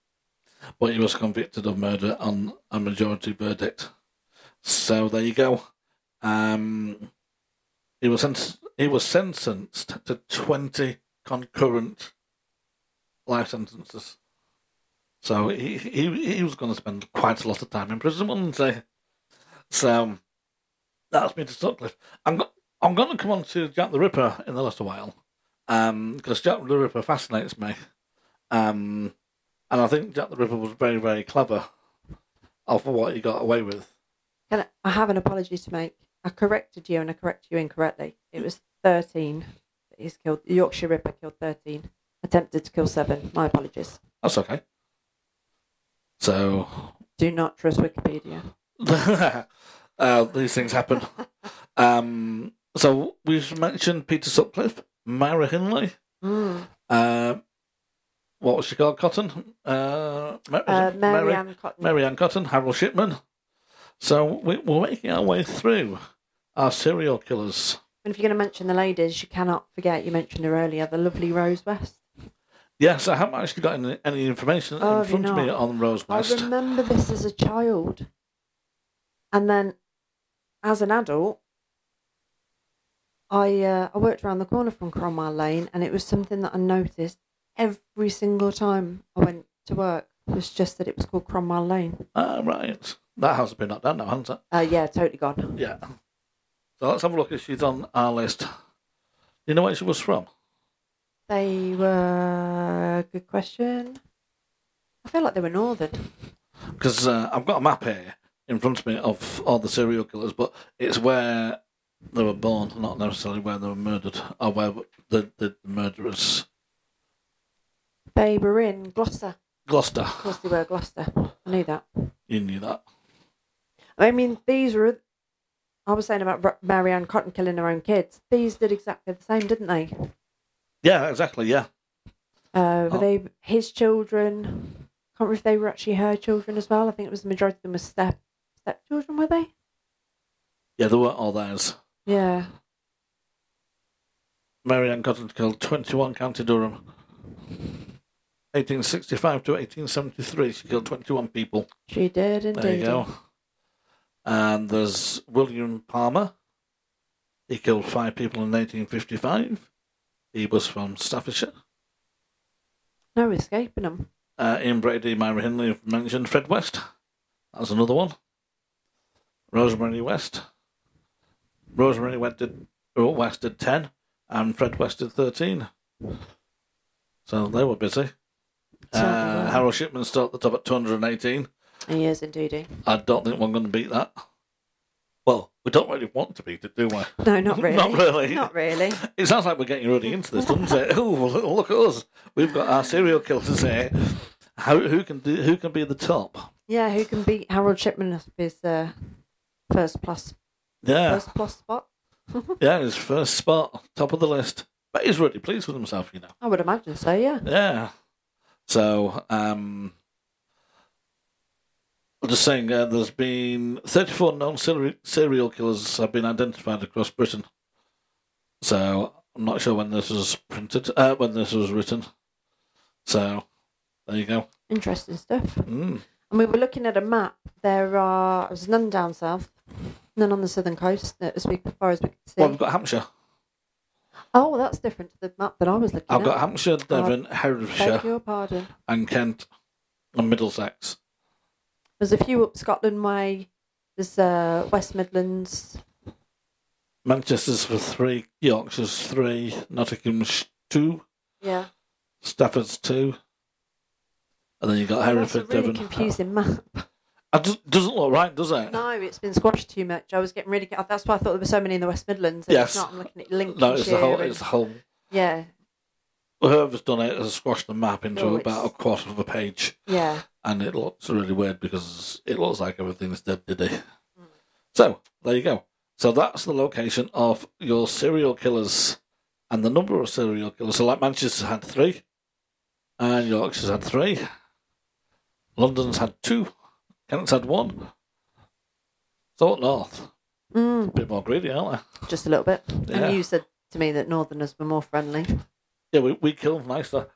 But he was convicted of murder on a majority verdict. So there you go. Um, he was sent- he was sentenced to twenty concurrent life sentences. So he he, he was going to spend quite a lot of time in prison, wasn't he? So that's Peter Sutcliffe. I'm go- I'm going to come on to Jack the Ripper in the last while, because Jack the Ripper fascinates me, um, and I think Jack the Ripper was very very clever, of what he got away with. Can I, I have an apology to make? I corrected you and I corrected you incorrectly. It was thirteen that he's killed. The Yorkshire Ripper killed thirteen. Attempted to kill seven. My apologies. That's okay. So Do not trust Wikipedia. uh, these things happen. Um, so we've mentioned Peter Sutcliffe, Myra Hindley. Mm. Uh, what was she called? Cotton. Uh, Ma- was Uh, it Mary Ann Cotton. Mary Ann Cotton, Harold Shipman. So we, we're making our way through are serial killers. And if you're going to mention the ladies, you cannot forget you mentioned her earlier, the lovely Rose West. Yes, I haven't actually got any, any information in Oh, have you front of me not? on Rose West. I remember this as a child. And then as an adult, I uh, I worked around the corner from Cromwell Lane and it was something that I noticed every single time I went to work was just that it was called Cromwell Lane. Ah, right. That has been knocked down now, hasn't it? Uh, yeah, totally gone. Yeah. So let's have a look if she's on our list. Do you know where she was from? They were good question. I feel like they were northern. Because uh, I've got a map here in front of me of all the serial killers, but it's where they were born, not necessarily where they were murdered or where the, the murderers. They were in Gloucester. Gloucester. Of course they were Gloucester. I knew that. You knew that. I mean, these were. I was saying about Ro- Marianne Cotton killing her own kids. These did exactly the same, didn't they? Yeah, exactly. Yeah. Uh, were Oh. they his children? Can't remember if they were actually her children as well. I think it was the majority of them were step stepchildren, were they? Yeah, they were all theirs. Yeah. Marianne Cotton killed 21 County Durham. 1865 to 1873, she killed 21 people. She did indeed. There you go. And there's William Palmer. He killed five people in 1855. He was from Staffordshire. No escaping them. Uh, Ian Brady, Myra Hindley, have mentioned Fred West. That was another one. Rosemary West. Rosemary West did, oh, West did 10, and Fred West did 13. So they were busy. Uh, Certainly. Harold Shipman's still at the top at 218. He is indeed. eh? I don't think we're going to beat that. Well, we don't really want to beat it, do we? No, not really. Not really. Not really. It sounds like we're getting really into this, doesn't it? Oh, well, look at us. We've got our serial killers here. How, who can do, who can be the top? Yeah, who can beat Harold Shipman of his uh, first plus Yeah, first plus spot? yeah, his first spot, top of the list. But he's really pleased with himself, you know. I would imagine so. Yeah. Yeah. So, um, I'm just saying, uh, there's been 34 known seri- serial killers have been identified across Britain. So, I'm not sure when this was printed, uh, when this was written. So, there you go. Interesting stuff. Mm. And we were looking at a map. There are there's none down south, none on the southern coast, uh, as, we, as far as we can see. Well, I've got Hampshire. oh, that's different to the map that I was looking I've at. got Hampshire, Oh, Devon, Herefordshire, Beg your pardon. and Kent, and Middlesex. There's a few up Scotland way. There's uh, West Midlands. Manchester's for three, Yorkshire's three, Nottingham's two, Yeah, Stafford's two, and then you got Oh, that's a Hereford, really Devon. confusing map. It just doesn't look right, does it? No, it's been squashed too much. I was getting really. That's why I thought there were so many in the West Midlands. and Yes. It's not. I'm looking at Lincolnshire. No, it's the whole. and- It's the whole. yeah, Whoever's done it has squashed the map into Oh, about a it's- quarter of a page, yeah. and it looks really weird because it looks like everything's dead, did it? So there you go. So that's the location of your serial killers and the number of serial killers. So like Manchester's had three, and Yorkshire's had three, London's had two, Kent's had one. So up north, Mm, a bit more greedy, aren't just a little bit. Yeah. And you said to me that Northerners were more friendly. they? Yeah, we, we kill nicer.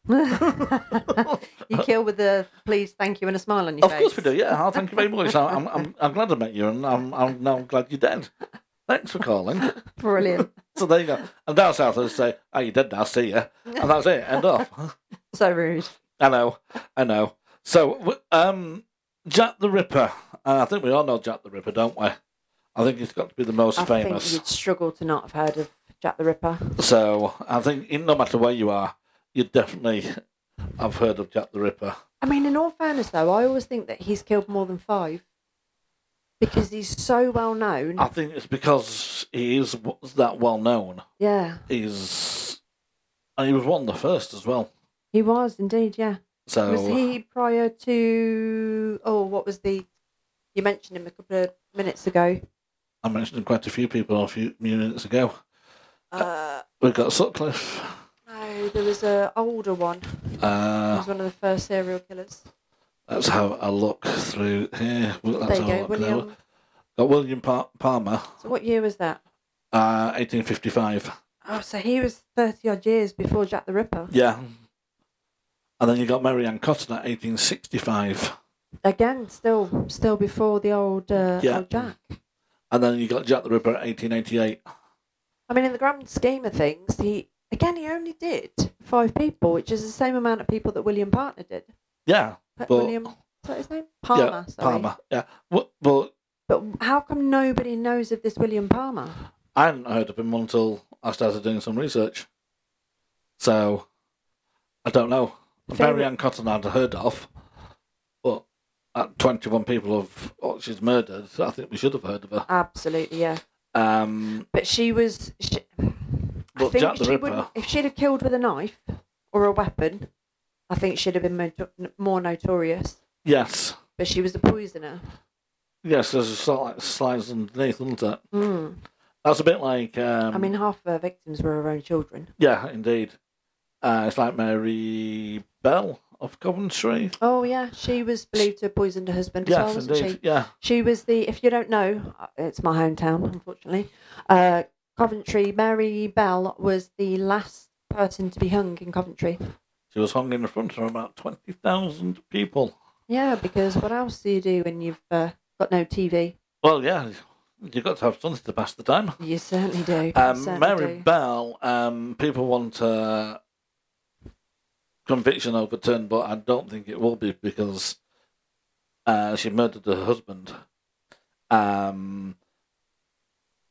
You kill with the please, thank you, and a smile on your Uh, Of face. course we do. Yeah, oh, thank you very much. I'm, I'm, I'm glad I met you, and I'm, I'm now glad you're dead. Thanks for calling. Brillight. So there you go. And down south, they say, "Oh, you're dead now. See ya." And that's it. End off. So rude. I know. I know. So, w- um, Jack the Ripper. Uh, I think we all know Jack the Ripper, don't we? I think he's got to be the most I famous. think you'd struggle to not have heard of Jack the Ripper. So I think, in, no matter where you are, you definitely have heard of Jack the Ripper. I mean, in all fairness, though, I always think that he's killed more than five because he's so well known. I think it's because he is w- that well known. yeah, is and he was one of the first as well. he was indeed. Yeah, So was he prior to? Oh, what was the? You mentioned him a couple of minutes ago. I mentioned quite a few people a few minutes ago. Uh, We've got Sutcliffe, no, there was a older one. He uh, was one of the first serial killers. let's have a look through here. Well, Let's There you have a go, look there. William. Got William Par- Palmer. So, what year was that? uh, 1855. Oh, so he was 30 odd years before Jack the Ripper. Yeah. And then you got Mary Ann Cotton at 1865. Again, still still before the old, uh, Yeah. old Jack. And then you got Jack the Ripper at 1888. I mean, in the grand scheme of things, he again he only did five people, which is the same amount of people that William Partner did. Yeah. Pa- But- William, is that his name? Palmer. yeah, sorry. Palmer. Yeah. Well, well, But how come nobody knows of this William Palmer? I hadn't heard of him until I started doing some research. So, I don't know. Favourite- Mary Ann Cotton I'd heard of, but at 21 people of what she's murdered, I think we should have heard of her. Absolutely, yeah. Um, But she was. She, I But think Jack the she Ripper- wouldn't- if she'd have killed with a knife or a weapon, I think she'd have been mo- more notorious. yes. But she was a poisoner. Yes, there's a sort of like slides underneath, isn't it? Mm. That's a bit like. Um, I mean, half of her victims were her own children. Yeah, indeed. Uh, it's like Mary Bell of Coventry. Oh yeah, she was believed to have poisoned her husband as well, Yes, wasn't indeed. she? Yeah, She was the, if you don't know, uh, it's my hometown, unfortunately. Uh, Coventry, Mary Bell was the last person to be hung in Coventry. she was hung in front of about 20,000 people. Yeah, because what else do you do when you've uh, got no TV? Well, yeah, you've got to have something to pass the time. You certainly do. you Um, certainly Mary do. Bell, um, people want uh, conviction overturned, but I don't think it will be because uh, she murdered her husband. Um,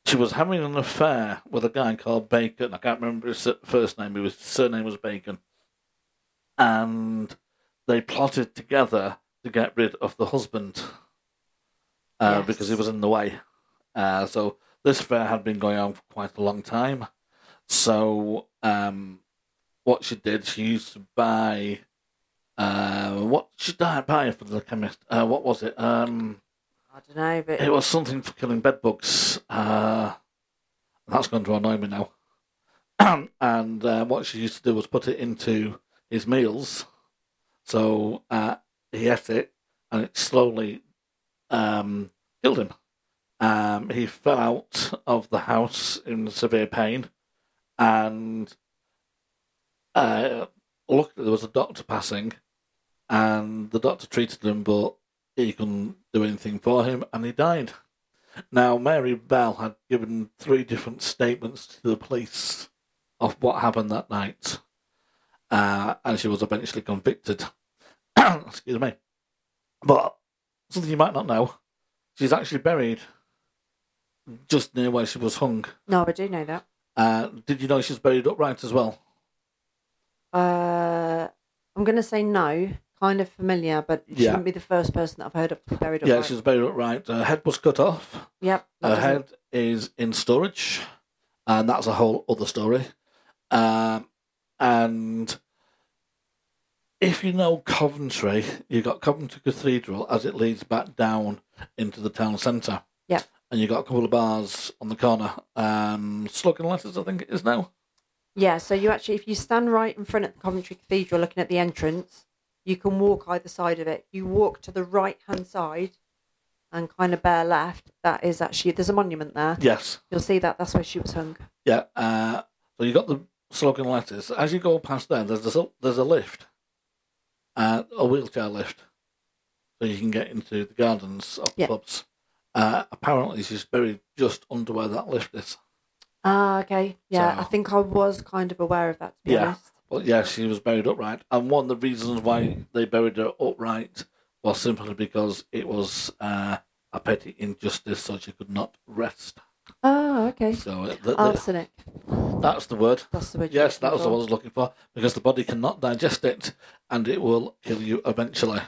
she was having an affair with a guy called Bacon. I can't remember his first name. His surname was Bacon, and they plotted together to get rid of the husband uh, Yes. because he was in the way. Uh, so this affair had been going on for quite a long time. So um, what she did, she used to buy. Uh, what should I buy for the chemist? Uh, what was it? Um, I don't know, but it was something for killing bedbugs. Uh, that's going to annoy me now. and uh, what she used to do was put it into his meals, so uh, he ate it, and it slowly um, killed him. Um, he fell out of the house in severe pain, and uh, luckily there was a doctor passing, and the doctor treated him, but he couldn't do anything for him, and he died. Now, Mary Bell had given three different statements to the police of what happened that night, uh, and she was eventually convicted. Excuse me. But something you might not know, she's actually buried just near where she was hung. no, I do know that. Uh, did you know she's buried upright as well? Uh, I'm going to say no, kind of familiar, but you Yeah. shouldn't be the first person that I've heard of to be buried yeah, alive. she's buried upright. Her head was cut off. Yep. that Her doesn't- head is in storage, and that's a whole other story. Um, and if you know Coventry, you've got Coventry Cathedral as it leads back down into the town centre. Yep. And you've got a couple of bars on the corner. Um, Slug and Letters, I think it is now. Yeah, so you actually, if you stand right in front of the Coventry Cathedral looking at the entrance, you can walk either side of it. You walk to the right hand side and kind of bare left. That is actually, there's a monument there. Yes. You'll see that. That's where she was hung. Yeah. Uh, so you got the Slug and Letters. As you go past there, there's a, there's a lift, uh, a wheelchair lift, so you can get into the gardens of the Yeah. pubs. Uh, apparently, she's buried just under where that lift is. Ah, okay. Yeah, So- I think I was kind of aware of that, to be Yeah. honest. But yeah, she was buried upright. And one of the reasons why they buried her upright was simply because it was uh, a petty injustice, so she could not rest. Ah, Oh, okay. So it- th- th- Arsenic. that's the word. That's the word. you're Yes, that looking was the for. one I was looking for because the body cannot digest it and it will kill you eventually.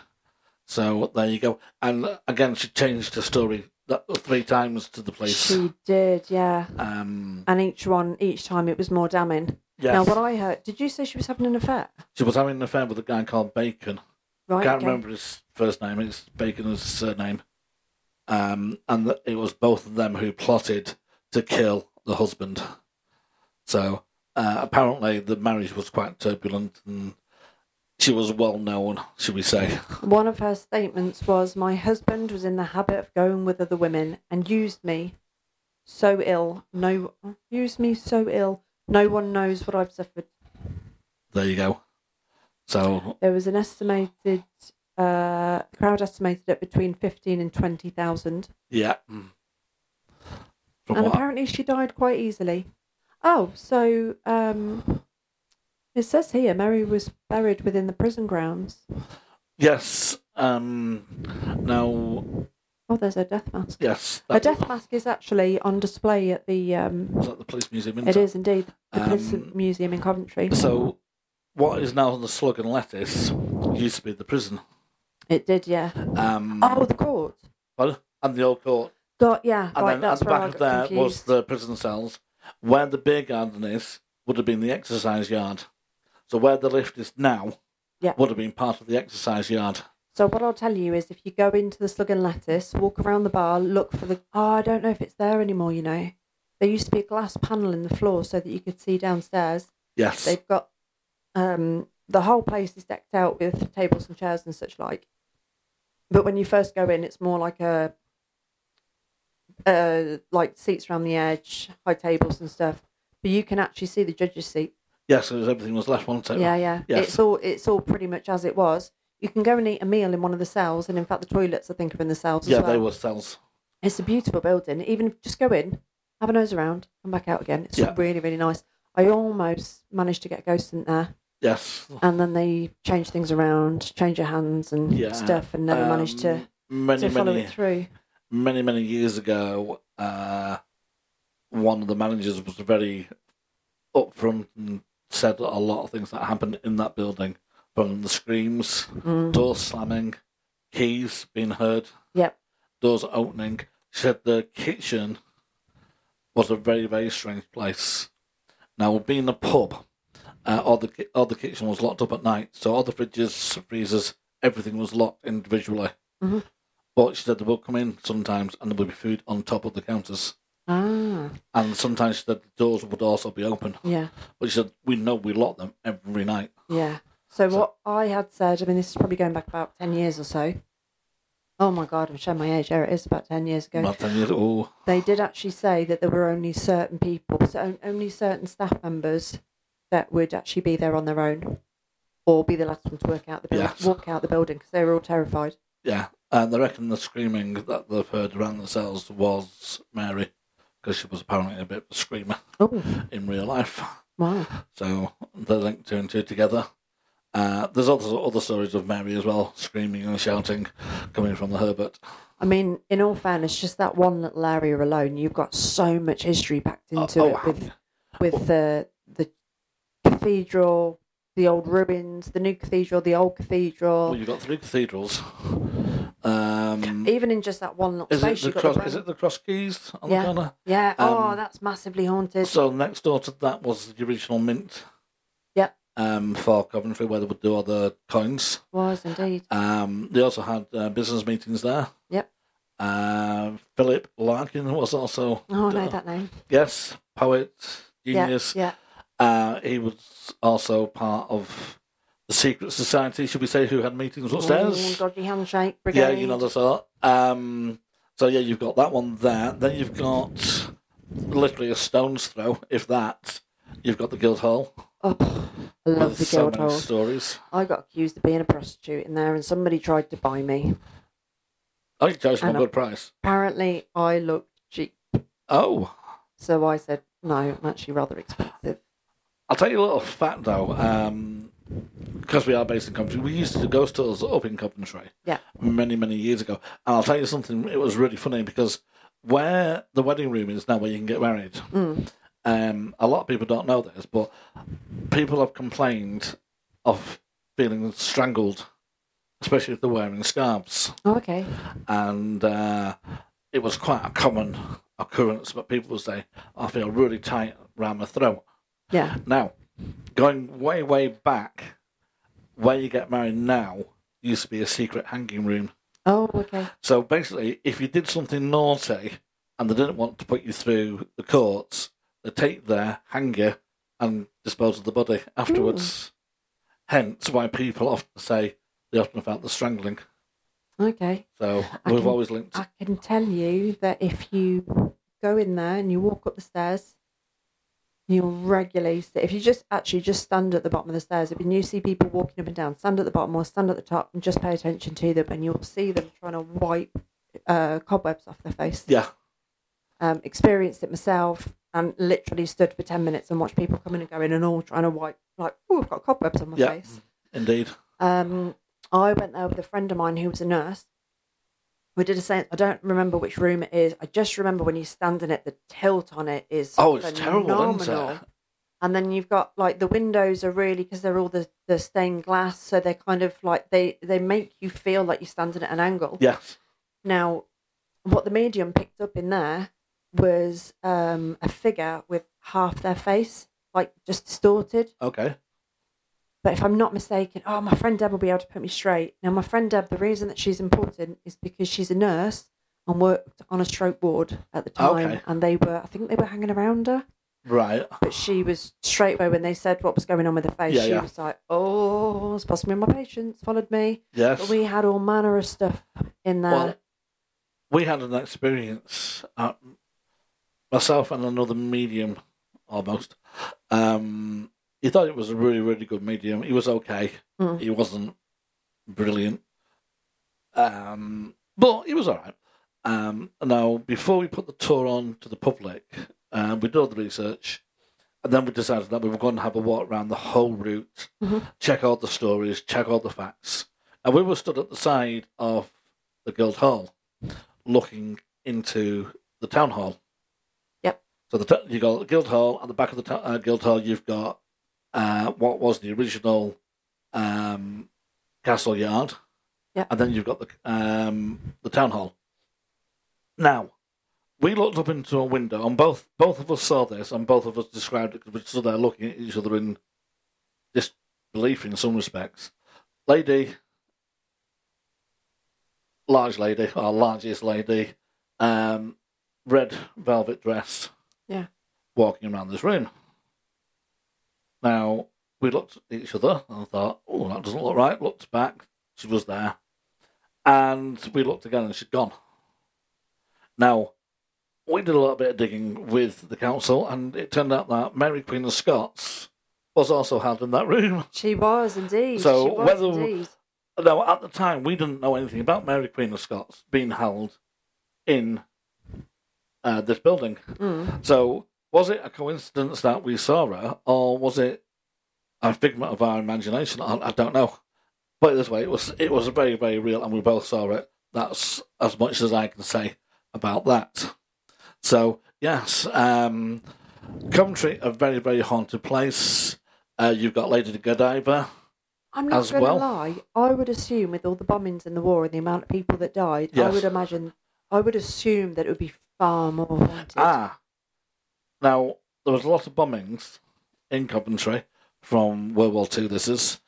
So there you go. And uh, again, she changed the story that three times to the police. She did, yeah. Um, And each one, each time it was more damning. yes. Now, what I heard, did you say she was having an affair? She was having an affair with a guy called Bacon. Right. Can't okay. remember his first name. It's Bacon is his surname. Um, and th- it was both of them who plotted to kill the husband. So uh, apparently the marriage was quite turbulent and she was well known, should we say. One of her statements was, My husband was in the habit of going with other women and used me so ill. No, use me so ill. No one knows what I've suffered. There you go. So There was an estimated uh, crowd estimated at between fifteen and twenty thousand, yeah. Mm. From and what I- apparently she died quite easily. Oh, so um, it says here Mary was buried within the prison grounds. yes. Um. Now Oh, there's her death mask. yes. Her that- death mask is actually on display at the. Um, Is that the police museum? it is indeed the Um, prison museum in Coventry. So, what is now on the slug and lettuce used to be the prison. It did, yeah. Um, Oh, the court. pardon? and the old court. Got yeah. And right, then at that's the where back I of got there confused. was the prison cells. Where the beer garden is would have been the exercise yard. So where the lift is now Yeah. would have been part of the exercise yard. So what I'll tell you is, if you go into the Slug and Lettuce, walk around the bar, look for the. Oh, I don't know if it's there anymore. You know, there used to be a glass panel in the floor so that you could see downstairs. Yes. They've got um, the whole place is decked out with tables and chairs and such like. But when you first go in, it's more like a uh, like seats around the edge, high tables and stuff. But you can actually see the judges' seat. yes, it was, everything was left, wasn't it? Yeah, yeah. Oh. Yes. It's all it's all pretty much as it was. You can go and eat a meal in one of the cells, and in fact, the toilets I think are in the cells. Yeah, as well. they were cells. It's a beautiful building. Even if just go in, have a nose around, come back out again. It's Yeah. really really nice. I almost managed to get a ghost in there, Yes. and then they change things around, change your hands and Yeah. stuff, and never managed to, Um, many, to follow many, it through. many, many years ago, uh, one of the managers was very upfront and said a lot of things that happened in that building from the screams, Mm. doors slamming, keys being heard, Yep. doors opening. She said the kitchen was a very, very strange place. Now, being a pub, uh, all, the, ki- all the kitchen was locked up at night, so all the fridges, freezers, everything was locked individually. Mhm. But she said they would come in sometimes and there would be food on top of the counters. Ah, And sometimes she said the doors would also be open. yeah, But she said, we know we lock them every night. yeah. So, what I had said, I mean, this is probably going back about ten years or so. Oh my God, I'm showing my age. There it is, about ten years ago. About 10 years, oh, they did actually say that there were only certain people, so only certain staff members that would actually be there on their own or be the last one to work out the building, Yes. walk out the building because they were all terrified. yeah. And they reckon the screaming that they've heard around themselves was Mary, because she was apparently a bit of a screamer Oh, in real life. wow. So they link two and two together. Uh, there's also other stories of Mary as well, screaming and shouting coming from the Herbert. I mean, in all fairness, just that one little area alone, you've got so much history packed into oh, it with, with the, the cathedral, the old ruins, the new cathedral, the old cathedral. Well, Oh, you've got three cathedrals. Um, Even in just that one little is, it space, the you've got cross, the is brand- it the cross keys on Yeah. the corner? yeah. oh, um, that's massively haunted. So next door to that was the original mint. Yep. Um, for Coventry, where they would do all the coins. Was indeed. Um, they also had uh, business meetings there. Yep. Uh, Philip Larkin was also Oh, I know that name. yes, poet, Yeah, genius. yeah. Uh, he was also part of the secret society, should we say, who had meetings Oh, upstairs. dodgy handshake brigade. yeah, you know the sort. Um, so yeah, you've got that one there. Then you've got literally a stone's throw, if that. You've got the Guildhall Oh, I love with the so guild many hall. stories. I got accused of being a prostitute in there, and somebody tried to buy me. Oh, you charge them And a I- good price. Apparently, I looked cheap, Oh, so I said no. I'm actually rather expensive. I'll tell you a little fact though. Um, because we are based in Coventry, we used to do ghost tours up in Coventry. Yeah. many, many years ago. And I'll tell you something, it was really funny because where the wedding room is now where you can get married, um, a lot of people don't know this, but people have complained of feeling strangled, especially if they're wearing scarves. Oh, okay. And uh, it was quite a common occurrence, but people would say, I feel really tight around my throat. Yeah. Now, going way, way back, where you get married now used to be a secret hanging room. Oh, okay. So basically, if you did something naughty and they didn't want to put you through the courts, they take their hanger and dispose of the body afterwards. Hmm. Hence why people often say they often felt the strangling. Okay. So I we've can- always linked. I can tell you that if you go in there and you walk up the stairs. and You'll regularly sit. If you just actually just stand at the bottom of the stairs, if you see people walking up and down, stand at the bottom or stand at the top and just pay attention to them, and you'll see them trying to wipe uh, cobwebs off their face. Yeah. Um, experienced it myself and literally stood for 10 minutes and watched people coming and going and all trying to wipe, like, oh, I've got cobwebs on my Yeah. face. Indeed. Um, I went there with a friend of mine who was a nurse. We did a same. I don't remember which room it is. I just remember when you're standing at the tilt on it is Oh, it's terrible, phenomenal. isn't it? And then you've got like the windows are really because they're all the, the stained glass, so they're kind of like they they make you feel like you're standing at an angle. Yes. Now, what the medium picked up in there was um, a figure with half their face like just distorted. Okay. But if I'm not mistaken, oh, my friend Deb will be able to put me straight. Now, my friend Deb, the reason that she's important is because she's a nurse and worked on a stroke ward at the time. Okay. And they were, I think they were hanging around her. Right. But she was straight away when they said what was going on with her face. Yeah, she yeah. was like, oh, it's possibly my patients followed me. Yes. But we had all manner of stuff in there. Well, we had an experience, uh, myself and another medium, almost. Um, he thought it was a really, really good medium. He was okay. Mm. He wasn't brilliant, um, but he was all right. Um, now, before we put the tour on to the public, uh, we did all the research, and then we decided that we were going to have a walk around the whole route, check all the stories, check all the facts. And we were stood at the side of the Guild Hall, looking into the town hall. Yep. So the t- you got the Guild Hall at the back of the t- uh, Guild Hall. You've got uh, what was the original um, Castle Yard. Yep. And then you've got the um, the town hall. Now, we looked up into a window, and both both of us saw this, and both of us described it because we stood there looking at each other in disbelief in some respects. Lady, large lady, our largest lady, um, red velvet dress. Yeah. Walking around this room. Now, we looked at each other and thought, oh, that doesn't look right. Looked back, she was there. And we looked again and she'd gone. Now, we did a little bit of digging with the council and it turned out that Mary Queen of Scots was also held in that room. she was indeed. So she was whether- indeed. Now, at the time, we didn't know anything about Mary Queen of Scots being held in uh, this building. Mm. So, was it a coincidence that we saw her, or was it a figment of our imagination? I, I don't know. But this way, it was it was very very real, and we both saw it. That's as much as I can say about that. So yes, um, Coventry a very very haunted place. Uh, you've got Lady Godiva. I'm not as going to well. lie. I would assume with all the bombings in the war and the amount of people that died, I Yes. would imagine, I would assume that it would be far more haunted. Ah. Now, there was a lot of bombings in Coventry from World War Two. this is.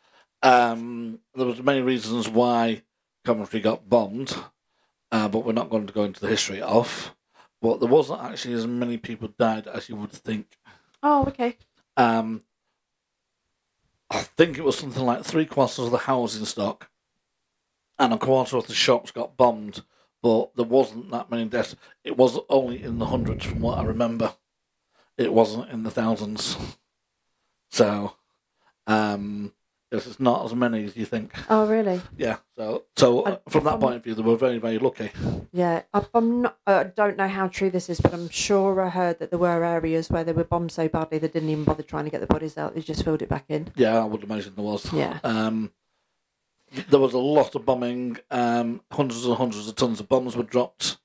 Um, there was many reasons why Coventry got bombed, uh, but we're not going to go into the history of. But there wasn't actually as many people died as you would think. Oh, okay. Um, I think it was something like three quarters of the housing stock and a quarter of the shops got bombed, but there wasn't that many deaths. It was only in the hundreds, from what I remember. It wasn't in the thousands. So, um, yes, it's not as many as you think. Oh, really? Yeah. So, so And from that from- point of view, they were very, very lucky. Yeah. I- I'm not. I don't know how true this is, but I'm sure I heard that there were areas where they were bombed so badly they didn't even bother trying to get the bodies out. They just filled it back in. Yeah, I would imagine there was. Yeah. Um, there was a lot of bombing. Um, hundreds and hundreds of tons of bombs were dropped.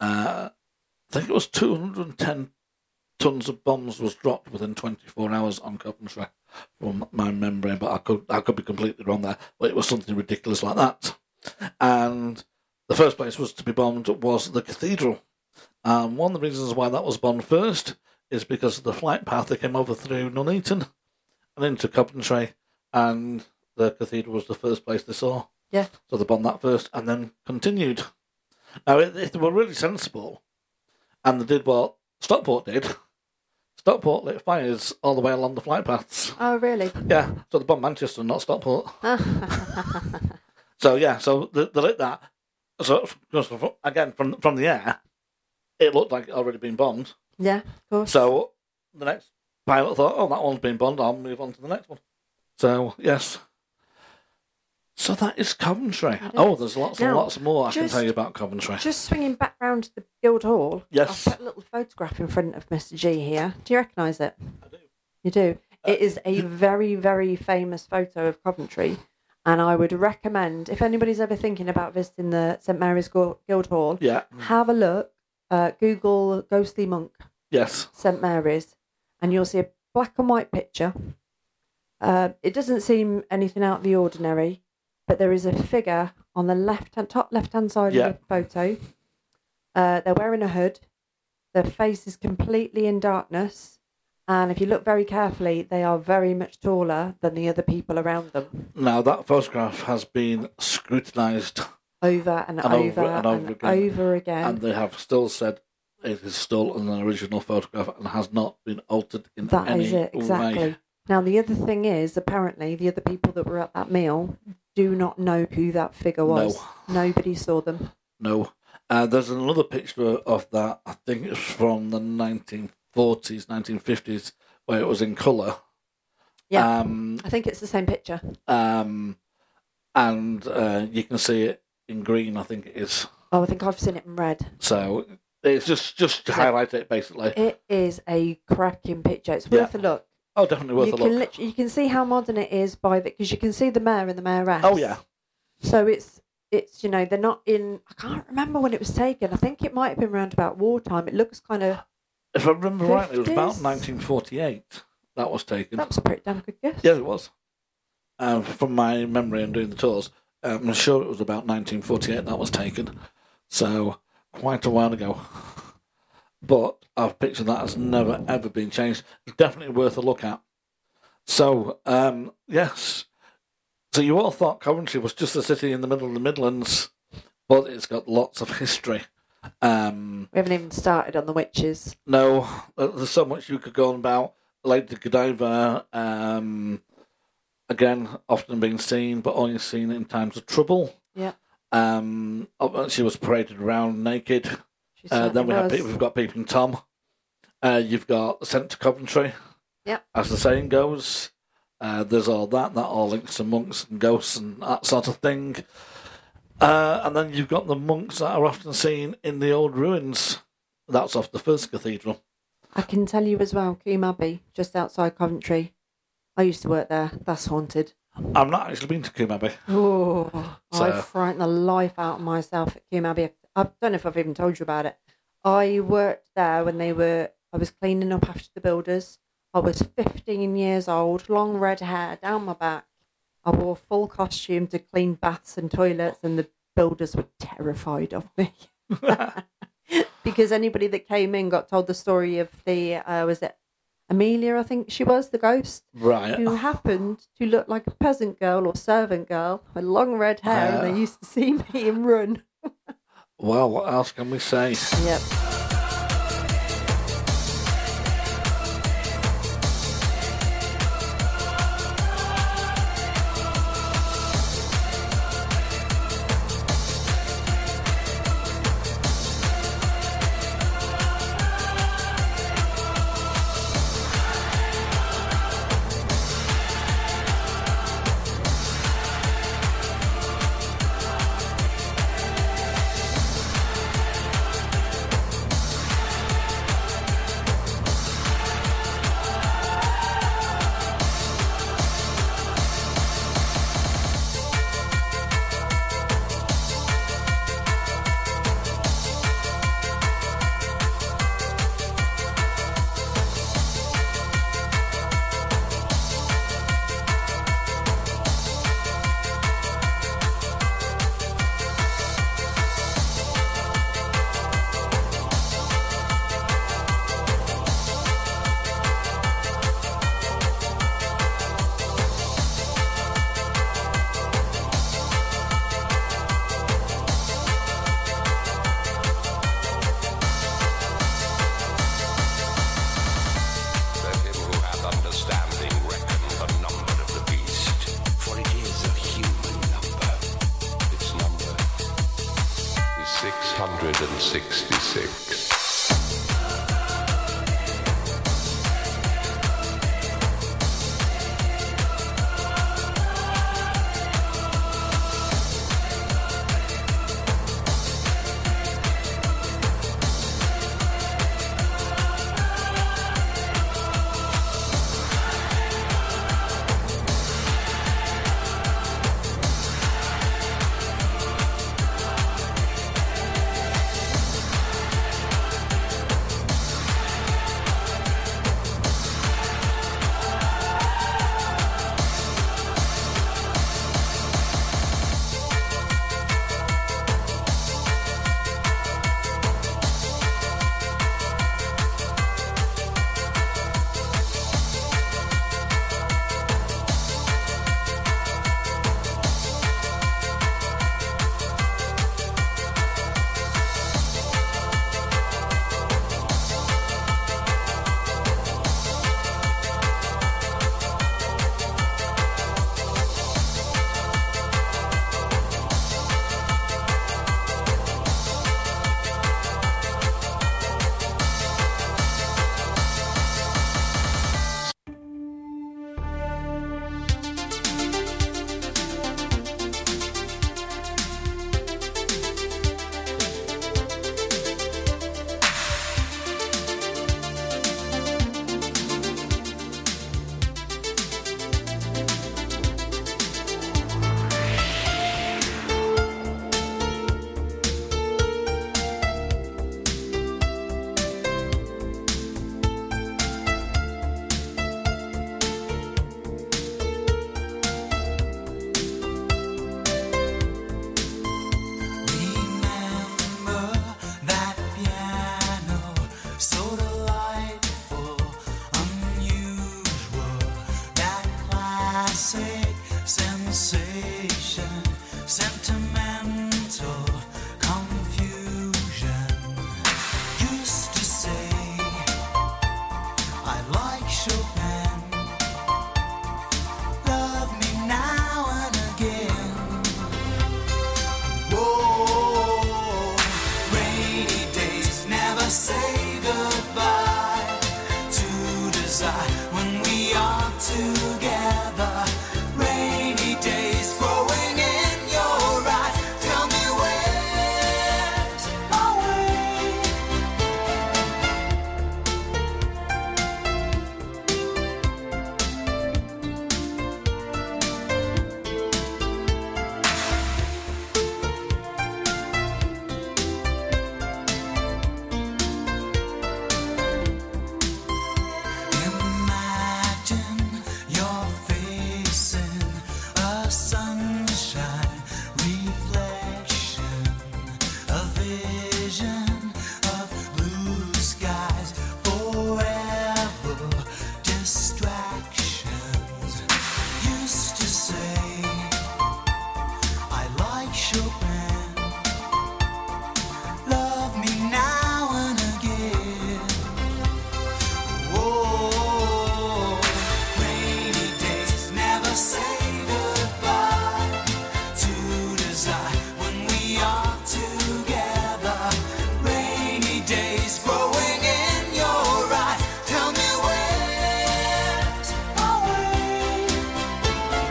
Uh, I think it was 210 tons of bombs was dropped within 24 hours on Coventry, from my memory. But I could I could be completely wrong there. But it was something ridiculous like that. And the first place was to be bombed was the cathedral. And one of the reasons why that was bombed first is because of the flight path that came over through Nuneaton and into Coventry, and the cathedral was the first place they saw. Yeah. So they bombed that first, and then continued. Now, if if they were really sensible, and they did what Stockport did, Stockport lit fires all the way along the flight paths. Oh, really? Yeah, so they bombed Manchester, not Stockport. so yeah, so they, they lit that. So of course, from- again, from from the air, it looked like it already been bombed. Yeah, of course. So the next pilot thought, oh, that one's been bombed, I'll move on to the next one. So, yes. So that is Coventry. Oh, there's lots and Now, lots more I can just- tell you about Coventry. Just swinging back round to the Guildhall. Yes. I've put a little photograph in front of Mr. G here. Do you recognise it? I do. You do? it is a very, very famous photo of Coventry. And I would recommend, if anybody's ever thinking about visiting the St Mary's Gu- Guildhall, yeah, have a look. Uh, Google Ghostly Monk yes. St Mary's, and you'll see a black and white picture. Uh, it doesn't seem anything out of the ordinary, but there is a figure on the left hand, top left hand side Yeah. of the photo. Uh, they're wearing a hood. Their face is completely in darkness. And if you look very carefully, they are very much taller than the other people around them, Now, that photograph has been scrutinised over and, And over, and over again. and they have still said it is still an original photograph and has not been altered in That any is it, exactly. way. Now, the other thing is, apparently, the other people that were at that meal do not know who that figure was. Nobody saw them. No. Uh, there's another picture of that. I think it's from the 1940s, 1950s, where it was in colour. Yeah. Um, I think it's the same picture. um, and uh, you can see it in green, I think it is. Oh, I think I've seen it in red. So it's just just to So- highlight it, basically. It is a cracking picture. It's Yeah. worth a look. oh, definitely worth you a can look. literally, you can see how modern it is by the because you can see the mayor and the mayoress. Oh, yeah. So it's it's you know they're not in. I can't remember when it was taken. I think it might have been around about wartime. It looks kind of If I remember rightly, it was about 50s? 1948 that was taken. that was a pretty damn good guess. Yeah, it was. Um, from my memory and doing the tours, um, I'm sure it was about 1948 that was taken. So, quite a while ago. But I've pictured that has never, ever been changed. It's definitely worth a look at. So, um, yes. So, you all thought Coventry was just a city in the middle of the Midlands, but it's got lots of history. Um, We haven't even started on the witches. no, uh, there's so much you could go on about. Lady Godiva, um, again, often being seen, but only seen in times of trouble. Yeah. Um, oh, she was paraded around naked. She Uh, then we certainly have was. people, we've got Peeping Tom. Uh, you've got sent to Coventry. Yep. As the saying goes, uh, there's all that. That all links to monks and ghosts and that sort of thing. Uh, and then you've got the monks that are often seen in the old ruins. That's off the first cathedral. I can tell you as well, Coombe Abbey, just outside Coventry. I used to work there. That's haunted. I've not actually been to Coombe Abbey. Oh, I So- frightened the life out of myself at Coombe Abbey. I don't know if I've even told you about it. I worked there when they were. I was cleaning up after the builders. I was 15 years old, long red hair down my back. I wore full costume to clean baths and toilets, and the builders were terrified of me. because anybody that came in got told the story of the uh, was it Amelia, I think she was the ghost Right. who happened to look like a peasant girl or servant girl with long red hair, and Wow. they used to see me and run. Well, what else can we say? Yep. Let him who hath understanding reckon the number of the beast, for it is a human number. Its number is 666. sensation, sentimental confusion. Used to say I like Chopin. Love me now and again. Whoa, rainy days never say goodbye to desire when we are together. Rainy days growing in your eyes. Tell me where's my way? Imagine you're facing a sunshine reflection, a vision of blue skies, forever distractions. Used to say I like Chopin. Love me now and again. Oh, rainy days never say goodbye to desire when we are together. Rainy days growing in your eyes. Tell me where's my way?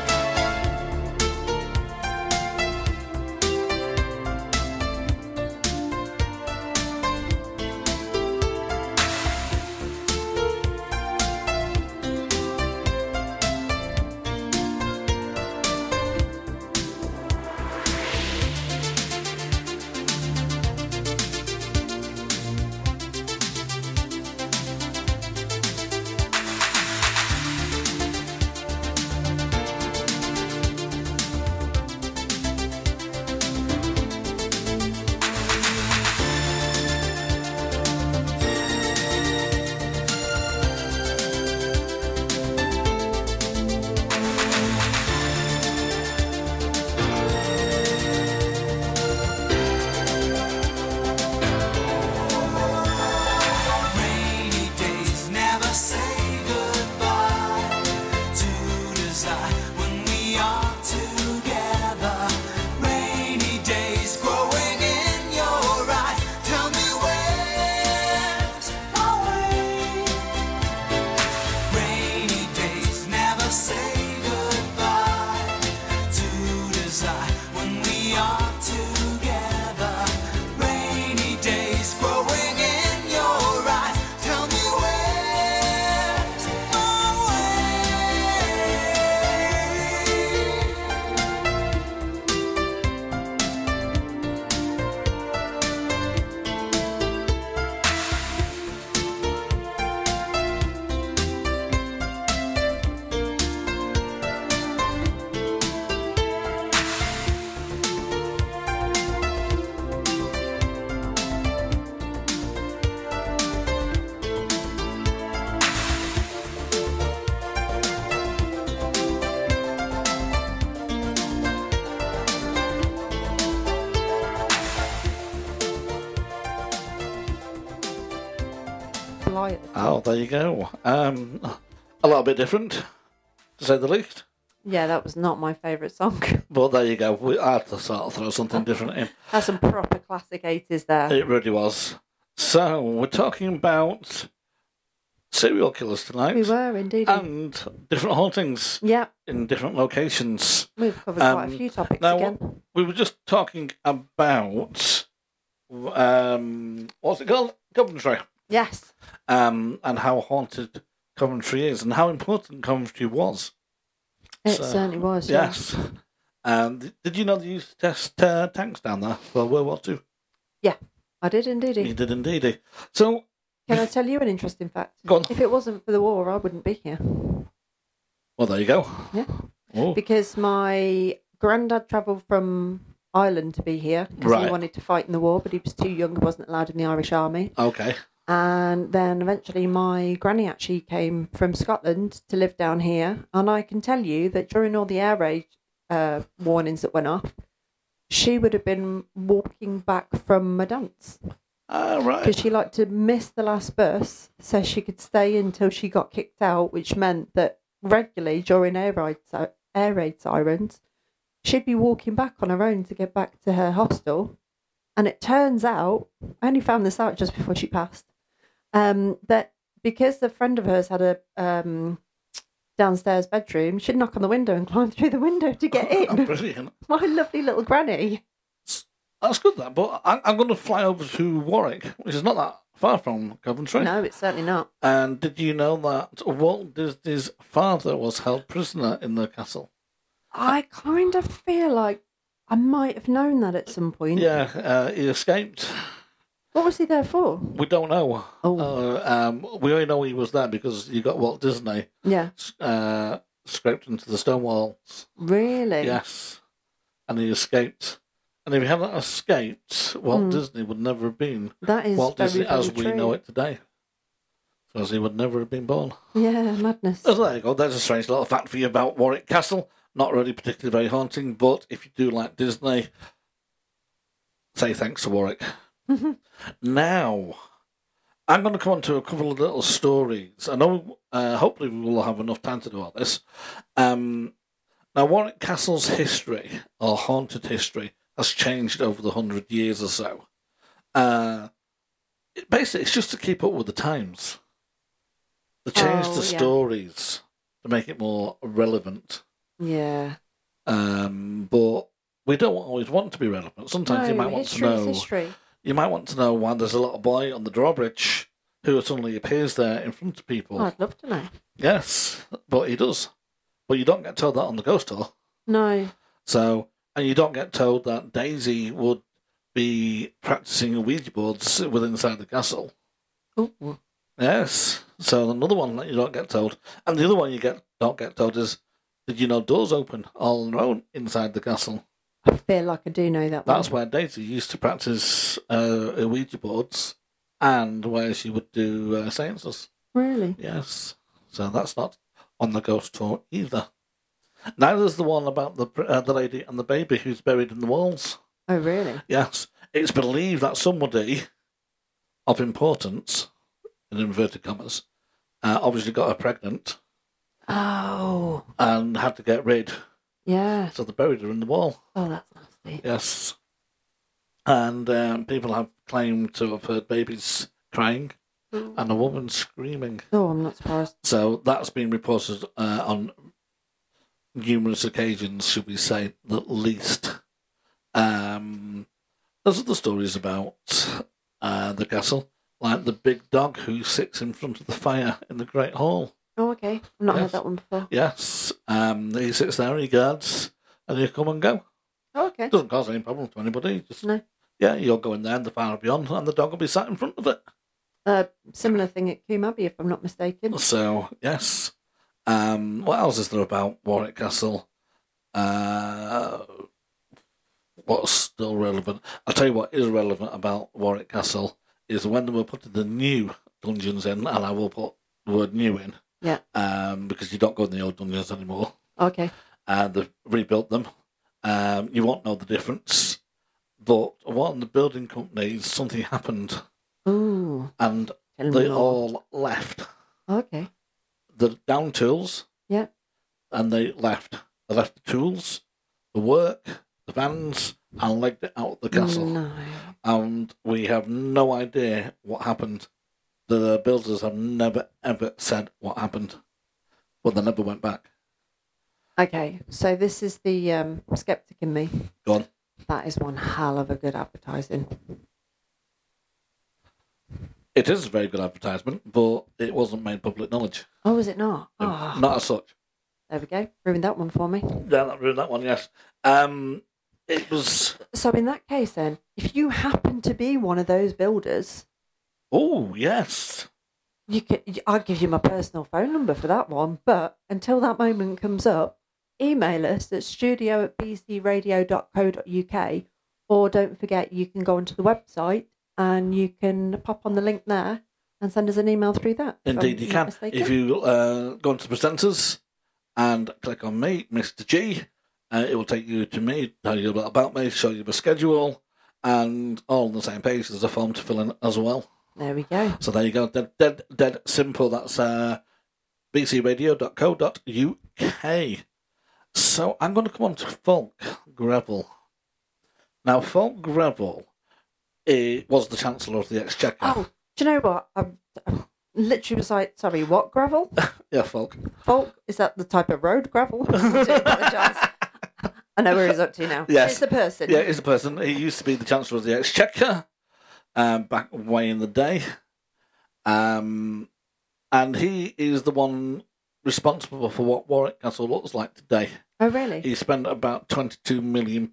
Rainy days never say goodbye to desire when we are together. Rainy days growing in your eyes. Tell me where's my way. Rainy days never say goodbye to desire when we are together. Rainy days growing in your eyes. Tell me where's my way. Fly at the top. Oh, there you go. Um, a little bit different, to say the least. Yeah, that was not my favourite song. But there you go. We I had to sort of throw something different in. That's some proper classic 80s there. It really was. So we're talking about serial killers tonight, We were indeed. Um, and different hauntings yeah, in different locations. we've covered quite Um, a few topics now, again. We were just talking about um, what's it called, Coventry, Yes. um, and how haunted Coventry is, and how important Coventry was. It So, certainly was. yeah. Yes. Um, did you know they used to test uh, tanks down there for World War Two? I did indeed. You did indeed. So Can I tell you an interesting fact? Go on. If it wasn't for the war, I wouldn't be here Well, there you go. Yeah. Oh, because my granddad travelled from Ireland to be here because Right. he wanted to fight in the war, but he was too young and wasn't allowed in the Irish army. okay. And then eventually, my granny actually came from Scotland to live down here. And I can tell you that during all the air raid, uh, warnings that went off, she would have been walking back from a dance Oh, right. because she liked to miss the last bus so she could stay until she got kicked out, which meant that regularly during air raid, si- air raid sirens, she'd be walking back on her own to get back to her hostel. And it turns out, I only found this out just before she passed, um, that because a friend of hers had a um, downstairs bedroom, she'd knock on the window and climb through the window to get Oh, in. brilliant. My lovely little granny. That's good, that. But I, I'm going to fly over to Warwick, which is not that far from Coventry. No, it's certainly not. And did you know that Walt Disney's father was held prisoner in the castle? I kind of feel like I might have known that at some point. Yeah, uh, he escaped. What was he there for? We don't know. Oh. Uh, um, we only know he was there because you got Walt Disney Yeah, uh, scraped into the stone walls. really. Yes. And he escaped. And if he hadn't escaped, Walt Disney would never have been Hmm. That is Walt very, Disney very as we true. know it today. Because he would never have been born. Yeah, madness. So there you go. There's Oh, a strange little fact for you about Warwick Castle. Not really particularly very haunting, but if you do like Disney, say thanks to Warwick. now, I'm going to come on to a couple of little stories. I know, uh, hopefully, we will have enough time to do all this. Um, now, Warwick Castle's history, or haunted history, has changed over the hundred years or so. Uh, it, basically, it's just to keep up with the times. They changed Oh, the yeah. stories to make it more relevant. Yeah. Um, but we don't always want to be relevant. Sometimes you no, might want to history know. is history. You might want to know why there's a little boy on the drawbridge who suddenly appears there in front of people. Oh, I'd love to know. Yes, but he does. But you don't get told that on the ghost tour. No. So, and you don't get told that Daisy would be practicing Ouija boards with inside the castle. Ooh. Yes. So another one that you don't get told, and the other one you get don't get told is, did you know doors open all on their own inside the castle? I feel like I do know that one. That's where Daisy used to practice uh, her Ouija boards, and where she would do uh, seances. Really? Yes. So that's not on the ghost tour either. Neither's the one about the pr- uh, the lady and the baby who's buried in the walls. Oh, really? Yes, it's believed that somebody of importance, in inverted commas, uh, obviously got her pregnant Oh, and had to get rid. yeah. So they buried her in the wall. Oh, that's nasty. Yes. And um, people have claimed to have heard babies crying and a woman screaming. Oh, I'm not surprised. So that's been reported uh, on numerous occasions, should we say, at least. Um, there's other stories about uh, the castle, like the big dog who sits in front of the fire in the Great Hall. Oh, okay. I've not Yes. heard that one before. Yes, um, he sits there, he guards, and he'll come and go. Oh, okay. doesn't cause any problem to anybody. Just, No. Yeah, you'll go in there, and the fire will be on, and the dog will be sat in front of it. Uh, similar thing at Coombe Abbey, if I'm not mistaken. So yes, um, what else is there about Warwick Castle? Uh, what's still relevant? I'll tell you what is relevant about Warwick Castle is when they were putting the new dungeons in, and I will put the word "new" in, Yeah. um, because you don't go in the old dungeons anymore. Okay. And they've rebuilt them. Um, you won't know the difference, but one the building companies something happened, Ooh. and tell me they more. all left Okay. the down tools. Yeah. And they left. They left the tools, the work, the vans, and legged it out of the castle. Mm, No. And we have no idea what happened. The builders have never ever said what happened. But they never went back. Okay. So this is the um, skeptic in me. Go on. That is one hell of a good advertising. It is a very good advertisement, but it wasn't made public knowledge. Oh, is it not? No, Ah, Not as such. there we go. Ruined that one for me. Yeah, that ruined that one, yes. Um, it was. So in that case, then, if you happen to be one of those builders, Oh, yes. you can. I'll give you my personal phone number for that one. But until that moment comes up, email us at studio at bcradio.co.uk, or don't forget you can go onto the website and you can pop on the link there and send us an email through that. if Indeed, I'm you not can. mistaken. If you uh, go into the presenters and click on me, Mr. G, Uh, it will take you to me, tell you a bit about me, show you my schedule, and all on the same page. There's a form to fill in as well. There we go. So there you go. Dead, dead, dead simple. That's uh, bcradio.co.uk. So I'm going to come on to folk gravel. Now, folk gravel eh, was the Chancellor of the Exchequer. Oh, do you know what? I, I literally was like, sorry, what gravel? Yeah, folk. Folk? Is that the type of road gravel? I do apologise. I know where he's up to now. Yes. It's the person. Yeah, he's the person. He used to be the Chancellor of the Exchequer um, back way in the day. Um, and he is the one responsible for what Warwick Castle looks like today. Oh, really? He spent about £22 million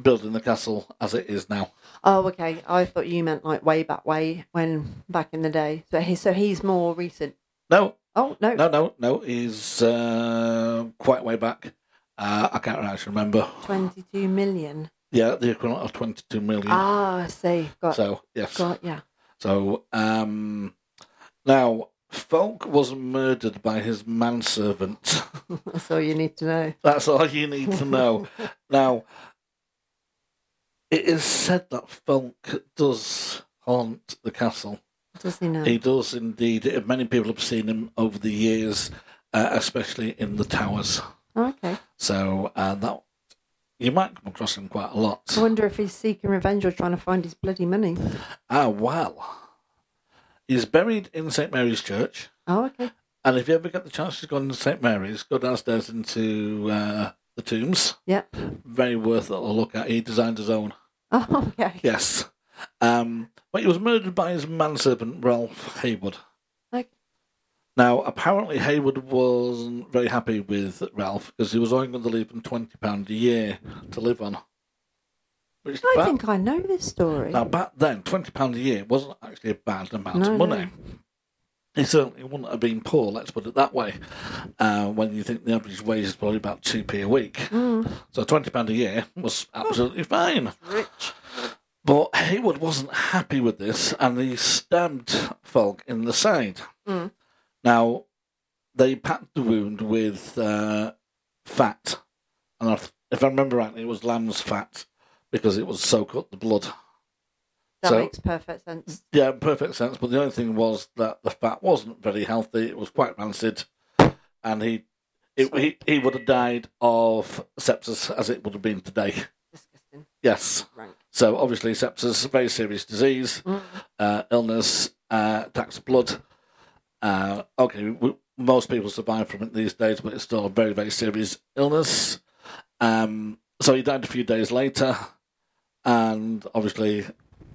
building the castle as it is now. Oh, okay. I thought you meant like way back way when back in the day. So, he, so he's more recent. No, Oh, no. no, no, no. He's uh, quite way back. Uh, I can't actually remember. 22 million. Yeah, the equivalent of 22 million. Ah, I see. Got, Mm. so, yes. got, yeah. So, um, now, Folk was murdered by his manservant. That's all you need to know. That's all you need to know. now, it is said that Folk does haunt the castle. Does he know? He does indeed. Many people have seen him over the years, uh, especially in the towers. Oh, okay. So, uh, that you might come across him quite a lot. I wonder if he's seeking revenge or trying to find his bloody money. Ah, well. He's buried in St. Mary's Church. Oh, okay. And if you ever get the chance to go into St Mary's, go downstairs into uh, the tombs. Yeah. Very worth it to look at. He designed his own. Oh, okay. Yes. Um, but he was murdered by his manservant, Ralph Haywood. Okay. Now, apparently, Haywood wasn't very happy with Ralph because he was only going to leave him £20 a year to live on. Which I back, think I know this story. now, back then, £20 a year wasn't actually a bad amount No, of no. money. He certainly wouldn't have been poor, let's put it that way, uh, when you think the average wage is probably about 2p a week. Mm. So £20 a year was absolutely fine. Rich. But Hayward wasn't happy with this and he stabbed Fogg in the side. Mm. Now, they packed the wound with uh, fat. And if- if I remember rightly, it was lamb's fat because it would soak up the blood. That so- makes perfect sense. Yeah, perfect sense. But the only thing was that the fat wasn't very healthy. It was quite rancid, and he it, he he would have died of sepsis as it would have been today. Disgusting. Yes. Rank. So obviously sepsis, very serious disease, uh, illness, uh, attacks the blood. Uh, okay, we, most people survive from it these days, but it's still a very very serious illness. Um, so he died a few days later, and obviously